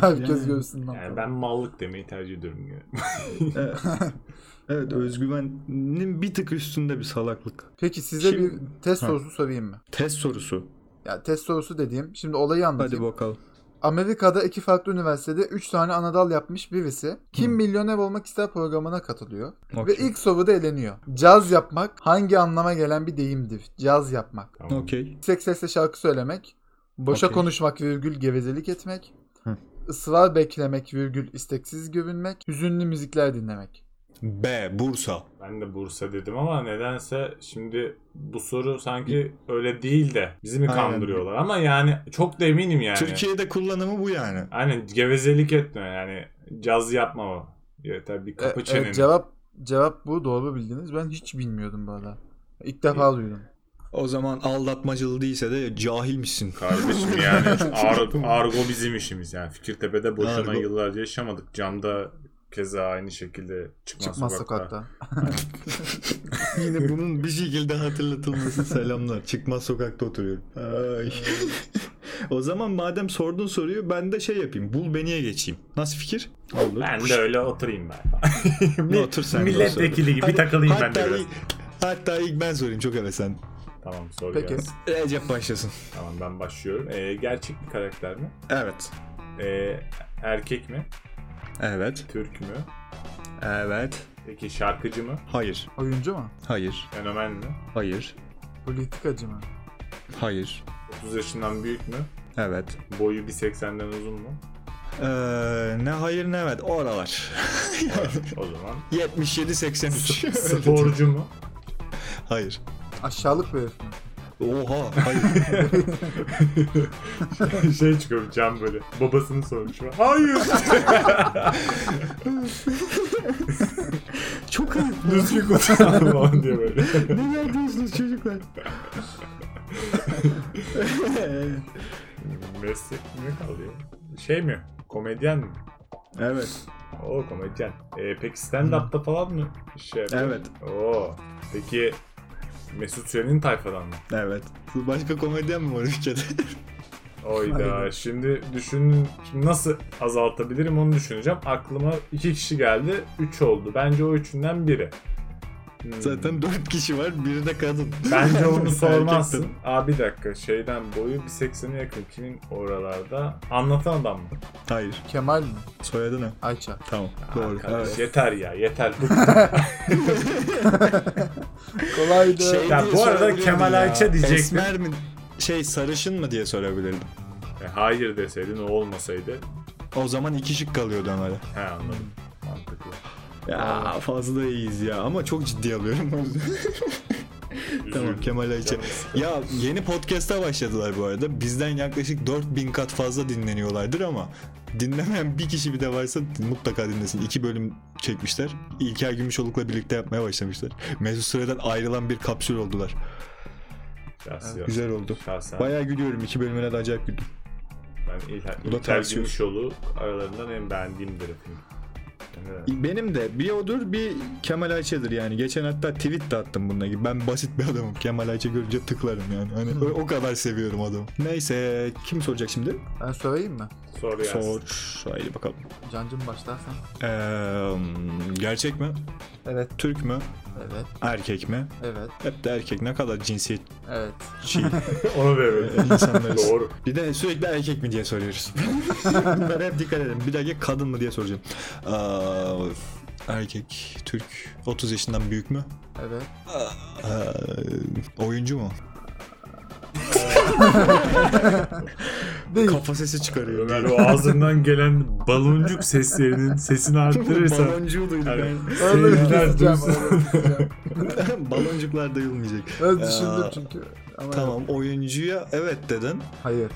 [SPEAKER 3] Herkes
[SPEAKER 2] Yani-
[SPEAKER 3] görsün lan.
[SPEAKER 1] Yani ben mallık demeyi tercih ediyorum. Yani.
[SPEAKER 2] <laughs> evet. evet özgüvenin bir tık üstünde bir salaklık.
[SPEAKER 3] Peki size
[SPEAKER 2] Kim-
[SPEAKER 3] bir test
[SPEAKER 2] Ha.
[SPEAKER 3] sorusu sorayım mı?
[SPEAKER 2] Test sorusu.
[SPEAKER 3] Ya test sorusu dediğim. Şimdi olayı anlatayım.
[SPEAKER 2] Hadi bakalım.
[SPEAKER 3] Amerika'da iki farklı üniversitede 3 tane anadal yapmış birisi Kim
[SPEAKER 2] Hı.
[SPEAKER 3] Milyoner Olmak İster programına katılıyor
[SPEAKER 2] Okey.
[SPEAKER 3] ve ilk soruda eleniyor. Caz yapmak hangi anlama gelen bir deyimdir? Caz yapmak.
[SPEAKER 1] Tamam.
[SPEAKER 2] Okey.
[SPEAKER 3] Yüksek sesle şarkı söylemek, boşa
[SPEAKER 2] Okey.
[SPEAKER 3] konuşmak virgül gevezelik etmek,
[SPEAKER 2] Hı.
[SPEAKER 3] ısrar beklemek virgül isteksiz görünmek, hüzünlü müzikler dinlemek.
[SPEAKER 2] B. Bursa.
[SPEAKER 1] Ben de Bursa dedim ama nedense şimdi bu soru sanki öyle değil de bizi mi
[SPEAKER 2] Aynen.
[SPEAKER 1] kandırıyorlar ama yani çok da eminim yani.
[SPEAKER 2] Türkiye'de kullanımı bu yani.
[SPEAKER 1] Aynen gevezelik etme yani caz yapma o. Evet tabii bir
[SPEAKER 3] E,
[SPEAKER 1] kapı
[SPEAKER 3] e,
[SPEAKER 1] çeneni.
[SPEAKER 3] cevap cevap bu doğru bildiniz. Ben hiç bilmiyordum bu arada. İlk defa duydum.
[SPEAKER 2] O zaman aldatmacılı değilse de cahil misin?
[SPEAKER 1] Kardeşim yani ar- argo bizim işimiz yani. Fikirtepe'de boşuna
[SPEAKER 2] Argo.
[SPEAKER 1] yıllarca yaşamadık. Camda keza aynı şekilde çıkmaz,
[SPEAKER 3] Çıkmaz
[SPEAKER 1] sokakta.
[SPEAKER 2] <laughs>
[SPEAKER 3] sokakta.
[SPEAKER 2] Yine bunun bir şekilde hatırlatılması selamlar. Çıkmaz sokakta oturuyorum. Ay. o zaman madem sordun soruyu ben de şey yapayım. Bul beniye geçeyim. Nasıl fikir? Olur.
[SPEAKER 1] Ben de öyle oturayım ben.
[SPEAKER 2] Ne otur sen de otur.
[SPEAKER 1] Milletvekili gibi
[SPEAKER 2] Hadi,
[SPEAKER 1] takılayım ben de
[SPEAKER 2] hatta
[SPEAKER 1] biraz.
[SPEAKER 2] ilk, hatta ilk ben sorayım çok hevesen.
[SPEAKER 1] Tamam soru
[SPEAKER 3] Peki.
[SPEAKER 1] gelsin.
[SPEAKER 2] Recep başlasın.
[SPEAKER 1] Tamam ben başlıyorum. Ee, gerçek bir karakter mi?
[SPEAKER 2] Evet.
[SPEAKER 1] Ee, erkek mi?
[SPEAKER 2] Evet.
[SPEAKER 1] Türk mü?
[SPEAKER 2] Evet.
[SPEAKER 1] Peki şarkıcı mı?
[SPEAKER 2] Hayır.
[SPEAKER 3] Oyuncu mu?
[SPEAKER 2] Hayır.
[SPEAKER 1] Fenomen mi?
[SPEAKER 2] Hayır.
[SPEAKER 3] Politikacı mı?
[SPEAKER 2] Hayır.
[SPEAKER 1] 30 yaşından büyük mü?
[SPEAKER 2] Evet.
[SPEAKER 1] Boyu 1.80'den uzun
[SPEAKER 2] <laughs>
[SPEAKER 1] mu?
[SPEAKER 2] Ee, ne hayır ne evet. Oralar.
[SPEAKER 1] O
[SPEAKER 2] <laughs>
[SPEAKER 1] zaman
[SPEAKER 2] 77-83.
[SPEAKER 1] sporcu mu? <laughs>
[SPEAKER 2] hayır.
[SPEAKER 3] Aşağılık bir herif mi?
[SPEAKER 2] Oha. Hayır.
[SPEAKER 1] şey çıkıyor can böyle. Babasını sormuş.
[SPEAKER 2] <laughs>
[SPEAKER 1] Hayır.
[SPEAKER 2] çok ayıp.
[SPEAKER 1] <laughs> Düzgün konuşalım falan diye böyle. <laughs>
[SPEAKER 2] Neler diyorsunuz çocuklar?
[SPEAKER 1] Meslek mi kalıyor? Şey mi? Komedyen mi?
[SPEAKER 2] <laughs> evet.
[SPEAKER 1] Oo komedyen. Ee, peki stand-up'ta falan mı? Şey yapıyor?
[SPEAKER 2] Evet.
[SPEAKER 1] Oo. Peki Mesut Süren'in tayfadan mı?
[SPEAKER 2] Evet. Başka komedyen mi var <laughs> ülkede?
[SPEAKER 1] Oyda.
[SPEAKER 3] Aynen.
[SPEAKER 1] Şimdi düşün şimdi nasıl azaltabilirim onu düşüneceğim. Aklıma iki kişi geldi. Üç oldu. Bence o üçünden biri. Hmm.
[SPEAKER 2] Zaten dört kişi var. Biri de kadın.
[SPEAKER 1] Bence
[SPEAKER 2] <laughs>
[SPEAKER 1] onu
[SPEAKER 2] Erkek
[SPEAKER 1] sormazsın.
[SPEAKER 2] kadın.
[SPEAKER 1] Abi bir dakika şeyden boyu 1.80'e yakın kimin oralarda? Anlatan adam mı?
[SPEAKER 2] Hayır.
[SPEAKER 3] Kemal mi?
[SPEAKER 2] Soyadı ne?
[SPEAKER 3] Ayça.
[SPEAKER 2] Tamam.
[SPEAKER 1] Aa,
[SPEAKER 2] Doğru.
[SPEAKER 1] kardeş,
[SPEAKER 2] Evet.
[SPEAKER 1] Yeter ya yeter.
[SPEAKER 2] <laughs>
[SPEAKER 1] Bu-
[SPEAKER 3] Kolaydı.
[SPEAKER 2] Şey
[SPEAKER 1] Ya
[SPEAKER 2] diye
[SPEAKER 1] bu arada
[SPEAKER 2] sorabilirdin
[SPEAKER 1] Kemal
[SPEAKER 2] ya.
[SPEAKER 1] Ayça diyecektim.
[SPEAKER 2] Esmer mi? Şey sarışın mı diye sorabilirdim.
[SPEAKER 1] E, hayır deseydin o olmasaydı.
[SPEAKER 2] O zaman iki şık kalıyordu Ömer'e.
[SPEAKER 1] He anladım.
[SPEAKER 2] Hmm.
[SPEAKER 1] Mantıklı.
[SPEAKER 2] Ya fazla iyiyiz ya ama çok ciddi alıyorum.
[SPEAKER 1] <laughs>
[SPEAKER 2] o yüzden.
[SPEAKER 1] Üzüldüm.
[SPEAKER 2] Tamam, Kemal Ayça.
[SPEAKER 1] Canım sıkıldı.
[SPEAKER 2] ya yeni podcast'a başladılar bu arada. Bizden yaklaşık 4000 kat fazla dinleniyorlardır ama dinlemeyen bir kişi bir de varsa mutlaka dinlesin. İki bölüm çekmişler. İlker Gümüşoluk'la birlikte yapmaya başlamışlar. Mesut Süre'den ayrılan bir kapsül oldular.
[SPEAKER 1] Şahsi yok.
[SPEAKER 2] Güzel oldu.
[SPEAKER 1] Şahsen.
[SPEAKER 2] Bayağı gülüyorum. iki bölümüne de acayip güldüm.
[SPEAKER 1] Ben İlker,
[SPEAKER 2] Bu da
[SPEAKER 1] İlker
[SPEAKER 2] ters yol.
[SPEAKER 1] Gümüşoğlu aralarından en beğendiğim bir film.
[SPEAKER 2] Benim de bir odur bir Kemal Ayça'dır yani. Geçen hatta tweet de attım bununla gibi. Ben basit bir adamım. Kemal Ayça görünce tıklarım yani. Hani o, o kadar seviyorum adamı. Neyse kim soracak şimdi?
[SPEAKER 3] Ben söyleyeyim mi?
[SPEAKER 1] Sor gelsin.
[SPEAKER 2] Sor. Haydi bakalım.
[SPEAKER 3] Cancım başlarsan.
[SPEAKER 2] Ee, gerçek mi?
[SPEAKER 3] Evet.
[SPEAKER 2] Türk mü?
[SPEAKER 3] Evet.
[SPEAKER 2] Erkek mi?
[SPEAKER 3] Evet.
[SPEAKER 2] Hep de erkek. Ne kadar cinsiyetçi
[SPEAKER 3] Evet.
[SPEAKER 1] <laughs> <laughs> Onu verelim.
[SPEAKER 2] insanlarız. <laughs>
[SPEAKER 1] Doğru.
[SPEAKER 2] Bir de sürekli erkek mi diye soruyoruz. <laughs> Bunlara hep dikkat edin. Bir dahaki kadın mı diye soracağım. Ee, erkek, Türk, 30 yaşından büyük mü?
[SPEAKER 3] Evet.
[SPEAKER 2] Ee, oyuncu mu?
[SPEAKER 3] Değil.
[SPEAKER 2] Kafa sesi çıkarıyor. <laughs>
[SPEAKER 1] Ömer o ağzından gelen baloncuk seslerinin sesini arttırırsan.
[SPEAKER 2] Baloncuğu duydum
[SPEAKER 1] Yani-
[SPEAKER 3] Öyle
[SPEAKER 1] Sevgiler
[SPEAKER 3] keseceğim,
[SPEAKER 1] duysun.
[SPEAKER 3] öyle keseceğim.
[SPEAKER 2] ben. <laughs> Baloncuklar duyulmayacak. <laughs>
[SPEAKER 3] Öyle
[SPEAKER 2] Ya,
[SPEAKER 3] düşündüm çünkü. Ama
[SPEAKER 2] Tamam oyuncuya evet dedin.
[SPEAKER 3] Hayır.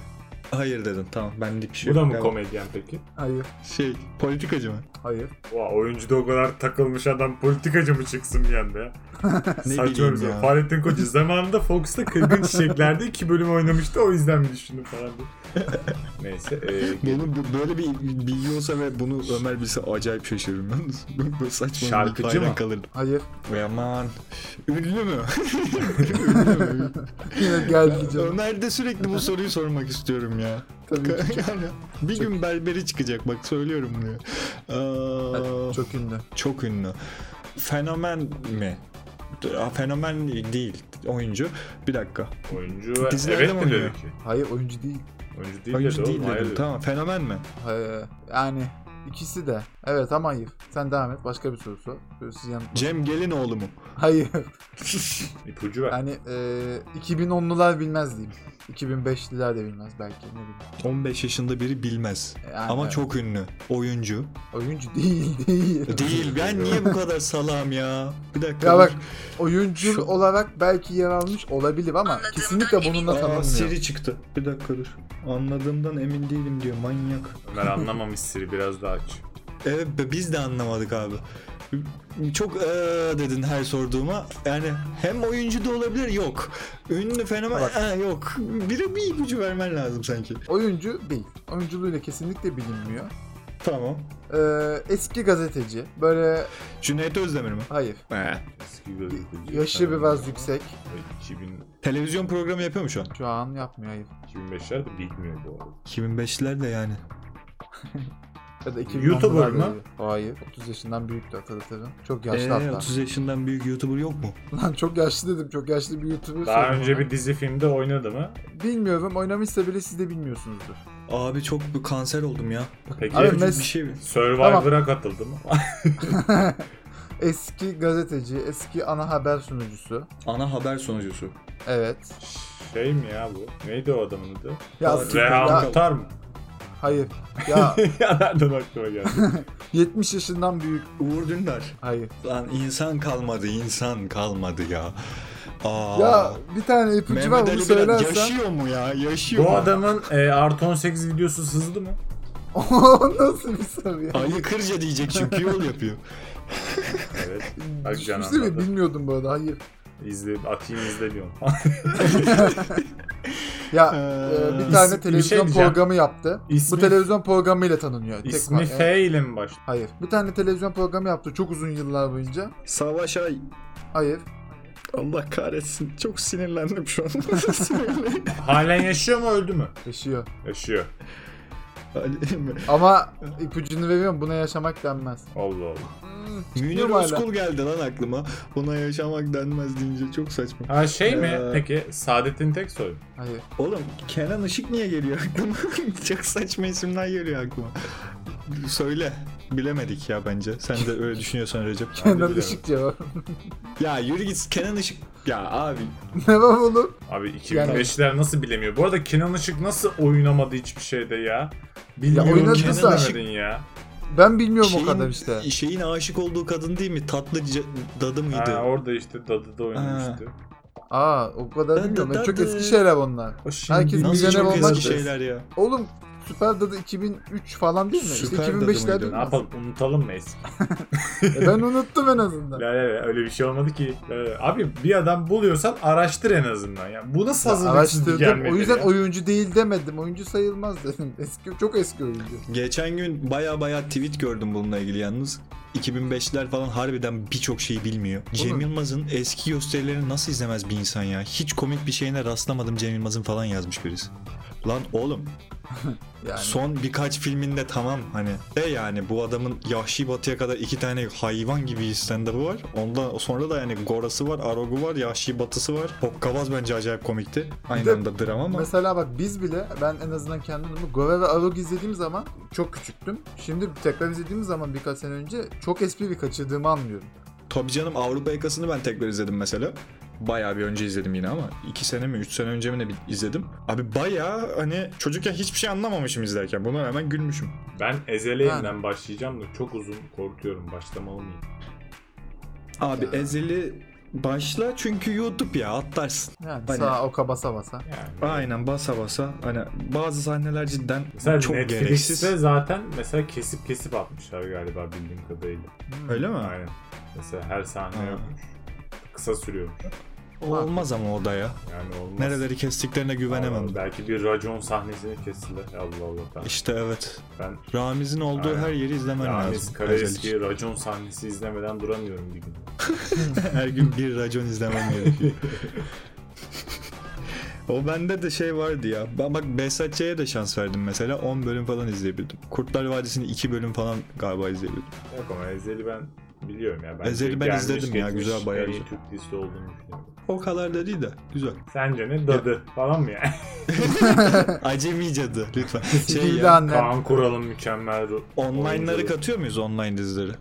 [SPEAKER 2] Hayır dedin. Tamam benlik bir şey
[SPEAKER 1] Bu da
[SPEAKER 2] yok.
[SPEAKER 1] mı
[SPEAKER 2] Evet.
[SPEAKER 1] komedyen peki?
[SPEAKER 3] Hayır.
[SPEAKER 2] Şey politikacı mı?
[SPEAKER 3] Hayır.
[SPEAKER 1] Oha oyuncuda o kadar takılmış adam politikacı mı çıksın bir anda ya?
[SPEAKER 2] <laughs> Ne
[SPEAKER 1] Saçma
[SPEAKER 2] bileyim
[SPEAKER 1] bir şey.
[SPEAKER 2] ya.
[SPEAKER 1] Fahrettin Koca zamanında Fox'ta Kırgın Çiçekler'de iki bölüm oynamıştı o yüzden mi düşündüm falan diye.
[SPEAKER 2] <laughs>
[SPEAKER 1] Neyse. E, gel-
[SPEAKER 2] Bunun bu- böyle bir bilgi olsa ve bunu Ömer bilse acayip şaşırırım yalnız. <laughs> Böyle saçma bir
[SPEAKER 1] Şarkıcı
[SPEAKER 2] hayran
[SPEAKER 1] mı?
[SPEAKER 2] kalırdım.
[SPEAKER 3] Hayır.
[SPEAKER 2] Vay aman. Ünlü <laughs> mü?
[SPEAKER 3] Yine <laughs> geldi canım.
[SPEAKER 2] Ömer de sürekli bu soruyu sormak istiyorum ya.
[SPEAKER 3] Tabii ki.
[SPEAKER 2] <laughs> yani bir gün berberi çıkacak bak söylüyorum bunu. Aa, çok,
[SPEAKER 3] Çok ünlü.
[SPEAKER 2] ünlü. Fenomen mi? Aa, Fenomen değil oyuncu. Bir dakika.
[SPEAKER 1] oyuncu
[SPEAKER 2] Dizilerde
[SPEAKER 1] evet
[SPEAKER 2] mi
[SPEAKER 1] mi
[SPEAKER 2] oynuyor?
[SPEAKER 1] dedi ki?
[SPEAKER 3] Hayır oyuncu değil.
[SPEAKER 1] Oyuncu değil
[SPEAKER 2] oyuncu
[SPEAKER 1] dedi
[SPEAKER 2] değil
[SPEAKER 1] oğlum.
[SPEAKER 2] dedim.
[SPEAKER 1] hayır dedi.
[SPEAKER 2] Tamam fenomen mi?
[SPEAKER 3] Hayır. Yani ikisi de. Evet ama hayır. Sen devam et. Başka bir soru sor. Böyle siz yan-
[SPEAKER 2] Cem Gelinoğlu mu?
[SPEAKER 3] Hayır.
[SPEAKER 1] İpucu ver.
[SPEAKER 3] Yani e, 2010'lular bilmez diyeyim. 2005'liler de bilmez belki. Ne bileyim. E,
[SPEAKER 2] 15 yaşında biri bilmez.
[SPEAKER 3] Yani
[SPEAKER 2] Ama
[SPEAKER 3] evet.
[SPEAKER 2] çok ünlü. Oyuncu.
[SPEAKER 3] Oyuncu <laughs> değil değil.
[SPEAKER 2] Değil. Ben niye bu kadar salam ya? Bir dakika.
[SPEAKER 3] Ya
[SPEAKER 2] dur.
[SPEAKER 3] bak, Oyuncu
[SPEAKER 2] Şu-
[SPEAKER 3] olarak belki yer almış olabilir ama
[SPEAKER 4] Anladığımdan
[SPEAKER 3] kesinlikle bununla
[SPEAKER 2] Aa,
[SPEAKER 3] tanınmıyor.
[SPEAKER 2] Siri çıktı. Bir dakika dur. Anladığımdan emin değilim diyor. Manyak.
[SPEAKER 1] Ömer anlamamış Siri biraz daha aç.
[SPEAKER 2] E, Evet be, biz de anlamadık abi. Çok "Ee" dedin her sorduğuma. Yani hem oyuncu da olabilir yok. Ünlü fenomen
[SPEAKER 3] Bak.
[SPEAKER 2] "Ee, yok. Biri bir ipucu vermen lazım sanki.
[SPEAKER 3] Oyuncu değil. Oyunculuğuyla kesinlikle bilinmiyor.
[SPEAKER 2] Tamam.
[SPEAKER 3] Ee, eski gazeteci. Böyle
[SPEAKER 2] Cüneyt Özdemir mi?
[SPEAKER 3] hayır.
[SPEAKER 2] Ee.
[SPEAKER 1] Eski gazeteci.
[SPEAKER 3] Yaşı biraz yüksek.
[SPEAKER 1] 2000,
[SPEAKER 2] Televizyon programı yapıyor mu şu an?
[SPEAKER 3] Şu an yapmıyor hayır.
[SPEAKER 1] 2005'lerde bilmiyor bu arada.
[SPEAKER 2] 2005'ler de yani.
[SPEAKER 3] Ya da 2010'larda
[SPEAKER 1] YouTuber mı?
[SPEAKER 3] değil. Hayır. 30 yaşından büyük de hatırlatırım. Çok yaşlı
[SPEAKER 2] Ee,
[SPEAKER 3] hatta.
[SPEAKER 2] 30 yaşından büyük YouTuber yok mu?
[SPEAKER 3] Lan çok yaşlı dedim. Çok yaşlı bir YouTuber.
[SPEAKER 1] Daha
[SPEAKER 3] sordum
[SPEAKER 1] önce
[SPEAKER 3] ona.
[SPEAKER 1] bir dizi filmde oynadı mı?
[SPEAKER 3] Bilmiyorum. Oynamışsa bile siz de bilmiyorsunuzdur.
[SPEAKER 2] Abi çok bir kanser oldum ya.
[SPEAKER 1] Peki
[SPEAKER 3] Abi
[SPEAKER 2] Çocuk
[SPEAKER 3] mes-
[SPEAKER 2] bir şey mi?
[SPEAKER 1] Survivor'a katıldı mı? <laughs>
[SPEAKER 3] eski gazeteci. Eski ana haber sunucusu.
[SPEAKER 2] Ana haber sonucusu.
[SPEAKER 3] Evet.
[SPEAKER 1] şey mi ya bu? Neydi o adamın adı?
[SPEAKER 3] Ya,
[SPEAKER 2] Doğru.
[SPEAKER 3] siktir
[SPEAKER 1] Reha
[SPEAKER 3] ya.
[SPEAKER 1] Muhtar mı?
[SPEAKER 3] Hayır. <laughs>
[SPEAKER 1] <laughs>
[SPEAKER 3] Ya
[SPEAKER 1] ya nereden aklıma geldi?
[SPEAKER 3] 70 yaşından büyük.
[SPEAKER 2] Uğur Dündar.
[SPEAKER 3] Hayır.
[SPEAKER 2] Lan insan kalmadı, insan kalmadı ya. Aa.
[SPEAKER 3] Ya bir tane ipucu
[SPEAKER 2] Mehmet
[SPEAKER 3] var
[SPEAKER 2] Ali
[SPEAKER 3] bunu
[SPEAKER 2] Birat
[SPEAKER 3] söylersen.
[SPEAKER 2] yaşıyor mu ya? Yaşıyor
[SPEAKER 1] bu
[SPEAKER 2] mu?
[SPEAKER 1] adamın e, artı 18 videosu sızdı mı?
[SPEAKER 3] <laughs> O nasıl bir soru ya?
[SPEAKER 2] Ali Kırca diyecek çünkü yol yapıyor.
[SPEAKER 1] Evet. Ay, Canan
[SPEAKER 3] Düşünsene
[SPEAKER 1] Dağ'da.
[SPEAKER 3] şey bilmiyordum bu arada. Hayır.
[SPEAKER 1] İzle, atayım izle diyorum.
[SPEAKER 3] <laughs> Ya
[SPEAKER 2] Ee,
[SPEAKER 3] e, bir
[SPEAKER 2] is-
[SPEAKER 3] tane
[SPEAKER 1] bir şey
[SPEAKER 3] televizyon
[SPEAKER 1] diyeceğim.
[SPEAKER 3] programı yaptı.
[SPEAKER 1] <laughs> İsmi-
[SPEAKER 3] Bu televizyon programıyla tanınıyor. Tek var.
[SPEAKER 1] İsmi
[SPEAKER 3] Evet.
[SPEAKER 1] F ile mi başlıyor?
[SPEAKER 3] Hayır. Bir tane televizyon programı yaptı çok uzun yıllar boyunca.
[SPEAKER 2] Ee, Savaş Ay.
[SPEAKER 3] Hayır.
[SPEAKER 2] Allah kahretsin. Çok sinirlendim şu an.
[SPEAKER 1] Halen yaşıyor mu öldü mü?
[SPEAKER 3] Yaşıyor.
[SPEAKER 1] Yaşıyor.
[SPEAKER 2] <laughs> Ali mi?
[SPEAKER 3] Ama ipucunu veriyorum buna yaşamak denmez.
[SPEAKER 1] Allah Allah.
[SPEAKER 2] Münir
[SPEAKER 3] Yok hala.
[SPEAKER 2] Özkul geldi lan aklıma. Buna yaşamak denmez deyince çok saçma.
[SPEAKER 1] Ha şey mi?
[SPEAKER 2] Ee.
[SPEAKER 1] Peki Saadettin Teksoy. mu?
[SPEAKER 3] Hayır.
[SPEAKER 2] Oğlum Kenan Işık niye geliyor aklıma? <laughs> çok saçma isimler geliyor aklıma. Söyle. Bilemedik ya bence. Sen de öyle düşünüyorsan Recep.
[SPEAKER 3] <laughs> Kenan
[SPEAKER 1] bilemem.
[SPEAKER 3] Işık cevap.
[SPEAKER 2] ya yürü git Kenan Işık. Ya abi.
[SPEAKER 3] ne var oğlum?
[SPEAKER 1] Abi 2005'ler nasıl bilemiyor? Bu arada Kenan Işık nasıl oynamadı hiçbir şeyde ya? Bilmiyorum
[SPEAKER 3] oynadı
[SPEAKER 1] nasıl
[SPEAKER 3] zaten.
[SPEAKER 1] oynadın ya?
[SPEAKER 3] Ben bilmiyorum o kadar işte.
[SPEAKER 2] Şeyin aşık olduğu kadın değil mi? Tatlı c- dadı mıydı?
[SPEAKER 1] Ha, orada işte Dadı'da oynamıştı.
[SPEAKER 3] Aa o
[SPEAKER 2] Ben
[SPEAKER 3] kadar
[SPEAKER 2] de
[SPEAKER 3] bilmiyorum. Ben çok
[SPEAKER 2] tadı-
[SPEAKER 3] eski şeyler onlar.
[SPEAKER 1] O şimdi
[SPEAKER 3] Herkes
[SPEAKER 1] nasıl-
[SPEAKER 2] Nasıl
[SPEAKER 3] milyoner
[SPEAKER 2] çok
[SPEAKER 3] olmaz
[SPEAKER 2] eski
[SPEAKER 3] mı?
[SPEAKER 2] şeyler ya.
[SPEAKER 3] Oğlum Süper Dadı 2003 falan değil mi? İşte
[SPEAKER 2] Süper Dadı
[SPEAKER 3] 2005'lerde.
[SPEAKER 2] mıydı?
[SPEAKER 1] Ne yapalım unutalım mı eski?
[SPEAKER 3] E, ben unuttum en azından.
[SPEAKER 1] La la la, öyle bir şey olmadı ki. La la la. Abi bir adam buluyorsan araştır en azından. ya. bu nasıl hazırlıksız
[SPEAKER 3] Araştırdım.
[SPEAKER 1] gelmedi
[SPEAKER 3] O yüzden
[SPEAKER 1] ya?
[SPEAKER 3] oyuncu değil demedim. Oyuncu sayılmaz dedim. <laughs> Eski, çok eski oyuncu.
[SPEAKER 2] Geçen gün baya baya tweet gördüm bununla ilgili yalnız. 2005'ler falan harbiden birçok şeyi bilmiyor. Cem Yılmaz'ın eski gösterilerini nasıl izlemez bir insan ya? Hiç komik bir şeyine rastlamadım Cem Yılmaz'ın falan yazmış birisi. Lan oğlum
[SPEAKER 3] Yani.
[SPEAKER 2] son birkaç filminde tamam hani de yani bu adamın Yahşi Batı'ya kadar iki tane hayvan gibi stand-up'ı var. Ondan sonra da yani Gorası var, Arogu var, Yahşi Batı'sı var. Hokkabaz bence acayip komikti. Aynı
[SPEAKER 3] de
[SPEAKER 2] anda dram ama.
[SPEAKER 3] Mesela bak biz bile ben en azından kendimi Gove ve Arog izlediğim zaman çok küçüktüm. Şimdi tekrar izlediğim zaman birkaç sene önce çok espri kaçırdığımı anlıyorum.
[SPEAKER 2] Tabii canım Avrupa yakasını ben tekrar izledim mesela. Bayağı bir önce izledim yine ama 2 sene mi 3 sene önce mi ne bir izledim. Abi bayağı hani çocukken hiçbir şey anlamamışım izlerken. Buna rağmen gülmüşüm.
[SPEAKER 1] Ben Ezele'yimden başlayacağım da çok uzun korkuyorum. Başlamalı mıyım?
[SPEAKER 2] Abi
[SPEAKER 3] Ya.
[SPEAKER 2] Ezeli başla çünkü YouTube ya atlarsın.
[SPEAKER 3] Yani
[SPEAKER 2] Hani-
[SPEAKER 3] sağa oka basa basa.
[SPEAKER 1] Yani.
[SPEAKER 2] Aynen basa basa hani bazı sahneler cidden
[SPEAKER 1] Mesela
[SPEAKER 2] çok
[SPEAKER 1] Netflix'te
[SPEAKER 2] gereksiz.
[SPEAKER 1] zaten mesela kesip kesip atmışlar galiba bildiğim kadarıyla.
[SPEAKER 3] Hmm.
[SPEAKER 2] Öyle mi?
[SPEAKER 1] Aynen. Mesela her
[SPEAKER 2] Ha.
[SPEAKER 1] sahne yokmuş. Kısa sürüyormuş.
[SPEAKER 2] Olmaz ama o da ya.
[SPEAKER 1] Yani olmaz.
[SPEAKER 2] Nereleri kestiklerine güvenemem.
[SPEAKER 1] Aa, Belki bir racon sahnesini kestiler. Allah Allah. Ben,
[SPEAKER 2] İşte evet.
[SPEAKER 1] ben
[SPEAKER 2] Ramiz'in olduğu
[SPEAKER 1] Aynen.
[SPEAKER 2] her yeri izlemen
[SPEAKER 1] Ramiz
[SPEAKER 2] lazım.
[SPEAKER 1] Karayeski racon sahnesi izlemeden duramıyorum bir gün.
[SPEAKER 2] Her gün bir racon izlemem gerekiyor. O bende de şey vardı ya. Ben bak Behzatçı'ya da şans verdim mesela. 10 bölüm falan izleyebildim. Kurtlar Vadisi'ni 2 bölüm falan galiba izleyebildim.
[SPEAKER 1] Yok ama Ezeli ben biliyorum ya. Bence
[SPEAKER 2] Ezhel'i ben
[SPEAKER 1] gelmiş
[SPEAKER 2] izledim ya,
[SPEAKER 1] geçmiş
[SPEAKER 2] güzel, bayağı
[SPEAKER 1] en iyi
[SPEAKER 2] güzel.
[SPEAKER 1] Türk dizisi olduğunu düşünüyorum.
[SPEAKER 2] O kadar da değil de. Güzel.
[SPEAKER 1] Sence ne? Dadı falan mı yani?
[SPEAKER 2] Acemi cadı lütfen. Şey
[SPEAKER 3] Sihirli
[SPEAKER 2] ya.
[SPEAKER 3] annem.
[SPEAKER 1] Kaan Kural'ın mükemmel ro-
[SPEAKER 2] Online'ları
[SPEAKER 1] oyunculuğu.
[SPEAKER 2] katıyor muyuz online dizileri?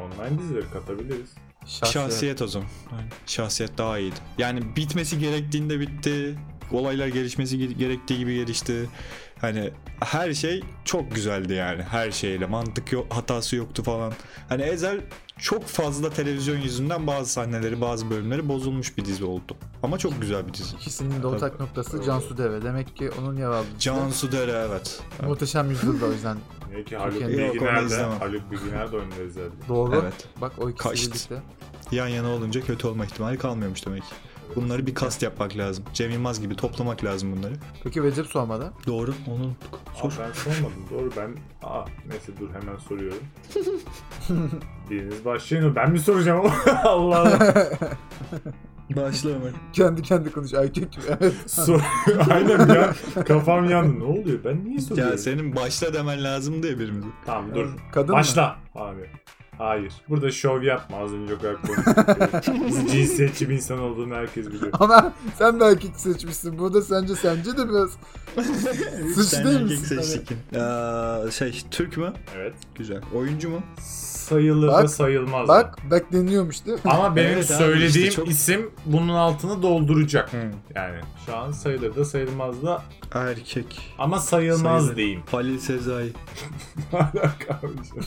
[SPEAKER 1] Online dizileri katabiliriz.
[SPEAKER 3] Şahsiyet.
[SPEAKER 2] Şahsiyet o zaman. Aynen. Şahsiyet daha iyiydi. Yani bitmesi gerektiğinde bitti. olaylar gelişmesi ge- gerektiği gibi gelişti. Hani her şey çok güzeldi yani her şeyle mantık yok, hatası yoktu falan. Hani Ezel çok fazla televizyon yüzünden bazı sahneleri bazı bölümleri bozulmuş bir dizi oldu. Ama çok güzel bir dizi.
[SPEAKER 3] İkisinin de ortak noktası Cansu Deve. Demek ki onun yer aldığı.
[SPEAKER 2] Cansu Dere evet.
[SPEAKER 3] Muhteşem yüzyılda o yüzden.
[SPEAKER 1] Ne ki Haluk
[SPEAKER 3] Yok,
[SPEAKER 1] Bilgi
[SPEAKER 2] onu
[SPEAKER 1] nerede?
[SPEAKER 2] izlemem.
[SPEAKER 1] Haluk Bilgi nerede oynuyor Ezel'de?
[SPEAKER 3] Doğru.
[SPEAKER 2] Evet.
[SPEAKER 3] Bak o ikisi
[SPEAKER 2] Kaçtı.
[SPEAKER 3] birlikte.
[SPEAKER 2] Yan yana olunca kötü olma ihtimali kalmıyormuş demek ki. Bunları bir kast yapmak lazım. Cem Yılmaz gibi toplamak lazım bunları.
[SPEAKER 3] Peki Recep sormadan.
[SPEAKER 2] Doğru onu
[SPEAKER 1] Abi
[SPEAKER 2] sor.
[SPEAKER 1] ben sormadım doğru ben... Aa neyse dur hemen soruyorum. Biriniz başlayın ben mi soracağım? <laughs> Allah Allah.
[SPEAKER 2] Başla Ömer.
[SPEAKER 3] <laughs> Kendi kendi konuş. Erkek gibi. Evet.
[SPEAKER 1] Sor- <laughs> Aynen ya kafam yandı. Ne oluyor ben niye soruyorum?
[SPEAKER 2] Ya senin başla demen lazım diye birimize. <laughs>
[SPEAKER 1] Tamam dur.
[SPEAKER 3] Kadın mı?
[SPEAKER 1] Başla abi. Hayır. Burada şov yapma az önce o kadar konuştuk. Biz
[SPEAKER 2] <laughs>
[SPEAKER 1] cinsiyetçi bir insan olduğunu herkes biliyor.
[SPEAKER 3] <laughs> Ama sen de erkek seçmişsin. Bu da sence sence de biraz. Suç
[SPEAKER 2] Sen
[SPEAKER 3] değil
[SPEAKER 2] erkek
[SPEAKER 3] misin?
[SPEAKER 2] seçtik. Ee, şey Türk mü?
[SPEAKER 1] Evet.
[SPEAKER 2] Güzel. Oyuncu mu?
[SPEAKER 1] Sayılır
[SPEAKER 3] Bak,
[SPEAKER 1] ve sayılmaz.
[SPEAKER 3] Bak bekleniyormuş değil mi? <laughs>
[SPEAKER 1] Ama benim
[SPEAKER 2] Evet abi,
[SPEAKER 1] söylediğim
[SPEAKER 2] işte çok-
[SPEAKER 1] isim bunun altını dolduracak. Yani şu an sayılır da sayılmaz da
[SPEAKER 2] Erkek.
[SPEAKER 1] ama sayılmaz
[SPEAKER 2] Sayılır.
[SPEAKER 1] diyeyim.
[SPEAKER 2] Halil <laughs> Sezai.
[SPEAKER 1] Alaka abi canım.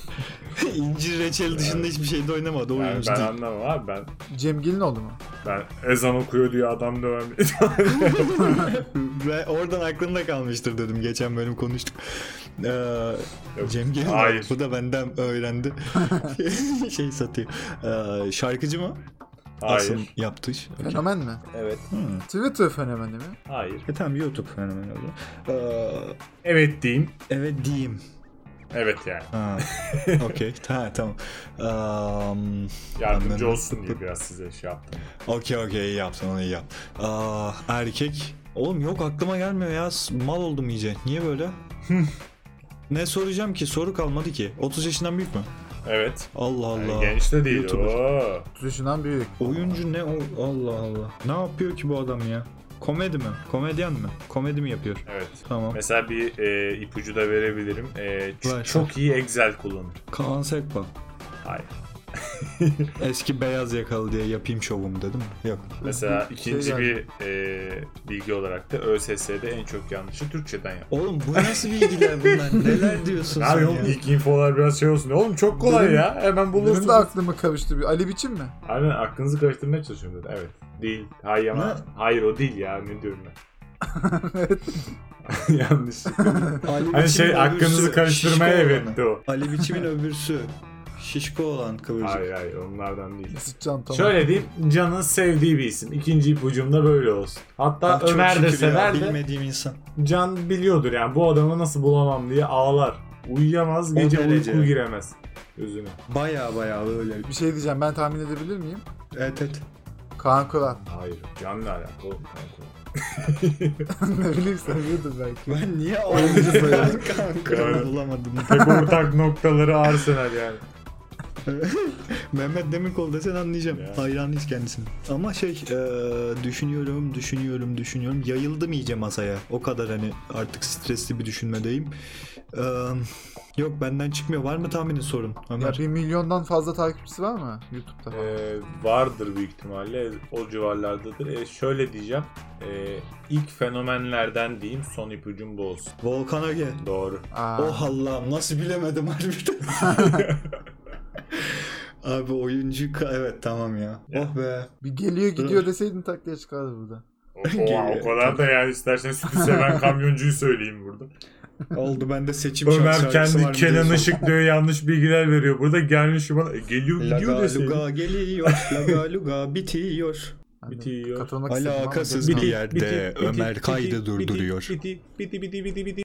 [SPEAKER 2] İncir reçeli dışında hiçbir şeyde oynamadı. O
[SPEAKER 1] yani
[SPEAKER 2] oyuncu
[SPEAKER 1] ben
[SPEAKER 2] değil. <laughs>
[SPEAKER 1] anlamam abi ben
[SPEAKER 3] Cem Gelinoğlu mu?
[SPEAKER 1] ben ezan okuyor diyor adam döven bir-
[SPEAKER 2] Ve oradan aklımda kalmıştır dedim. Geçen bölüm konuştuk. Ee,
[SPEAKER 1] Yok.
[SPEAKER 2] Cem Gelin
[SPEAKER 1] Hayır.
[SPEAKER 2] bu da benden <laughs> öğrendi. şey satıyor. Ee, şarkıcı mı?
[SPEAKER 1] Hayır.
[SPEAKER 2] Asıl yaptığı iş. Okey.
[SPEAKER 3] Fenomen mi?
[SPEAKER 1] Evet.
[SPEAKER 2] Hmm.
[SPEAKER 3] Twitter fenomeni mi?
[SPEAKER 1] Hayır.
[SPEAKER 2] E tamam YouTube fenomeni oldu. Ee,
[SPEAKER 1] Evet diyeyim.
[SPEAKER 2] evet diyeyim.
[SPEAKER 1] Evet yani.
[SPEAKER 2] <laughs> Ha. Okey. Ha, tamam. Um,
[SPEAKER 1] Yardımcı
[SPEAKER 2] Anladım.
[SPEAKER 1] olsun diye biraz size şey yaptım.
[SPEAKER 2] okey okey iyi yaptın onu iyi yap. Aa, erkek. Oğlum yok aklıma gelmiyor ya. S- Mal oldum iyice. Niye böyle? <laughs> ne soracağım ki? Soru kalmadı ki. 30 yaşından büyük mü?
[SPEAKER 1] Evet.
[SPEAKER 2] Allah Allah.
[SPEAKER 1] Yani genç de değil.
[SPEAKER 2] YouTuber.
[SPEAKER 1] Oo.
[SPEAKER 3] 30 yaşından büyük.
[SPEAKER 2] Oyuncu ne? o- Allah Allah. Ne yapıyor ki bu adam ya? Komedi mi? Komedyen mi? Komedi mi yapıyor?
[SPEAKER 1] Evet.
[SPEAKER 2] Tamam.
[SPEAKER 1] Mesela bir e, ipucu da verebilirim. E, ç-
[SPEAKER 2] Ver.
[SPEAKER 1] çok iyi Excel kullanır.
[SPEAKER 2] Kaan Sekban.
[SPEAKER 1] Hayır.
[SPEAKER 2] Eski beyaz yakalı diye yapayım şovum dedim. Yok.
[SPEAKER 1] Mesela ikinci
[SPEAKER 3] Şey
[SPEAKER 1] bir e, bilgi olarak da ÖSS'de en çok yanlışı Türkçeden yap.
[SPEAKER 2] Oğlum bu nasıl bilgiler bunlar? <laughs> Neler diyorsun sen
[SPEAKER 1] Abi oğlum
[SPEAKER 2] ya?
[SPEAKER 1] ilk infolar biraz şey olsun. Oğlum çok kolay
[SPEAKER 3] Benim-
[SPEAKER 1] ya. Hemen
[SPEAKER 3] Benim
[SPEAKER 1] bulursun.
[SPEAKER 3] de aklımı karıştı bir. Ali biçim mi?
[SPEAKER 1] Aynen aklınızı karıştırmaya çalışıyorum dedi. Evet. Değil. Hayır ama. Hayır o değil ya. Ne diyorum
[SPEAKER 3] Evet.
[SPEAKER 1] ben. Yanlış.
[SPEAKER 2] Ali
[SPEAKER 1] Hani
[SPEAKER 2] Biçim'in
[SPEAKER 1] şey aklınızı
[SPEAKER 2] öbürsü
[SPEAKER 1] karıştırmaya
[SPEAKER 2] şişko
[SPEAKER 1] evet
[SPEAKER 2] olanı.
[SPEAKER 1] de o. <laughs>
[SPEAKER 2] Ali biçimin öbürsü şişko olan kıvırcık.
[SPEAKER 1] Hayır hayır onlardan değil.
[SPEAKER 3] Sıçacağım tamam.
[SPEAKER 1] Şöyle diyeyim, Can'ın sevdiği bir isim. İkinci ipucum da böyle olsun. Hatta
[SPEAKER 2] Ah, çok
[SPEAKER 1] Ömer de
[SPEAKER 2] şükür ya,
[SPEAKER 1] sever de
[SPEAKER 2] Bilmediğim insan.
[SPEAKER 1] Can biliyordur yani bu adamı nasıl bulamam diye ağlar. Uyuyamaz,
[SPEAKER 2] O
[SPEAKER 1] gece
[SPEAKER 2] derece.
[SPEAKER 1] uyku giremez gözüne.
[SPEAKER 2] Baya baya öyle.
[SPEAKER 3] Bir şey diyeceğim ben tahmin edebilir miyim?
[SPEAKER 2] Evet evet.
[SPEAKER 3] Kaan Kural. <laughs>
[SPEAKER 1] Hayır, Can'la alakalı oğlum kanka.
[SPEAKER 3] ne bileyim seviyordum belki.
[SPEAKER 1] <laughs>
[SPEAKER 2] Ben niye
[SPEAKER 3] Oyuncu sayılır.
[SPEAKER 1] Evet. <laughs>
[SPEAKER 2] Kanka bulamadım.
[SPEAKER 1] Tek ortak noktaları Arsenal yani.
[SPEAKER 2] Mehmet Demirkol desen anlayacağım.
[SPEAKER 1] Ya.
[SPEAKER 2] Hayranıyız kendisine. Ama şey eee, düşünüyorum düşünüyorum düşünüyorum. Yayıldım iyice masaya. O kadar hani artık stresli bir düşünmedeyim. Eee, yok benden çıkmıyor. Var mı tahminin sorun
[SPEAKER 3] Ya
[SPEAKER 2] Ömer?
[SPEAKER 3] bir milyondan fazla takipçisi var mı YouTube'da?
[SPEAKER 1] Ee, vardır büyük ihtimalle o civarlardadır. Ee, şöyle diyeceğim, ee, ilk fenomenlerden diyeyim son ipucum bu olsun.
[SPEAKER 2] Volkan Öge.
[SPEAKER 1] Doğru.
[SPEAKER 3] Aa,
[SPEAKER 2] Oh Allah'ım nasıl bilemedim harbiden.
[SPEAKER 1] <laughs>
[SPEAKER 2] Abi oyuncu ka- evet tamam ya. Oh be.
[SPEAKER 3] bir geliyor gidiyor deseydin taklaya çıkardı burada.
[SPEAKER 1] O, o- o kadar da yani istersen sütü
[SPEAKER 2] <laughs>
[SPEAKER 1] seven kamyoncuyu söyleyeyim burada.
[SPEAKER 2] Oldu bende seçim şarkı
[SPEAKER 1] Ömer
[SPEAKER 2] şarkısı var
[SPEAKER 1] kendi
[SPEAKER 2] mı diye
[SPEAKER 1] Kenan
[SPEAKER 2] sordum.
[SPEAKER 1] Işık diyor yanlış bilgiler veriyor. Burada gelmiş şu bana e, geliyor gidiyor
[SPEAKER 2] Laga
[SPEAKER 1] deseydin.
[SPEAKER 2] luga geliyor. Laga luga bitiyor.
[SPEAKER 3] Ben de
[SPEAKER 1] Bitiyor.
[SPEAKER 3] Katılmak istedim ama
[SPEAKER 2] Alakasız
[SPEAKER 3] dedim.
[SPEAKER 2] bir yerde Ömer kaydı durduruyor.
[SPEAKER 1] Biti biti biti biti biti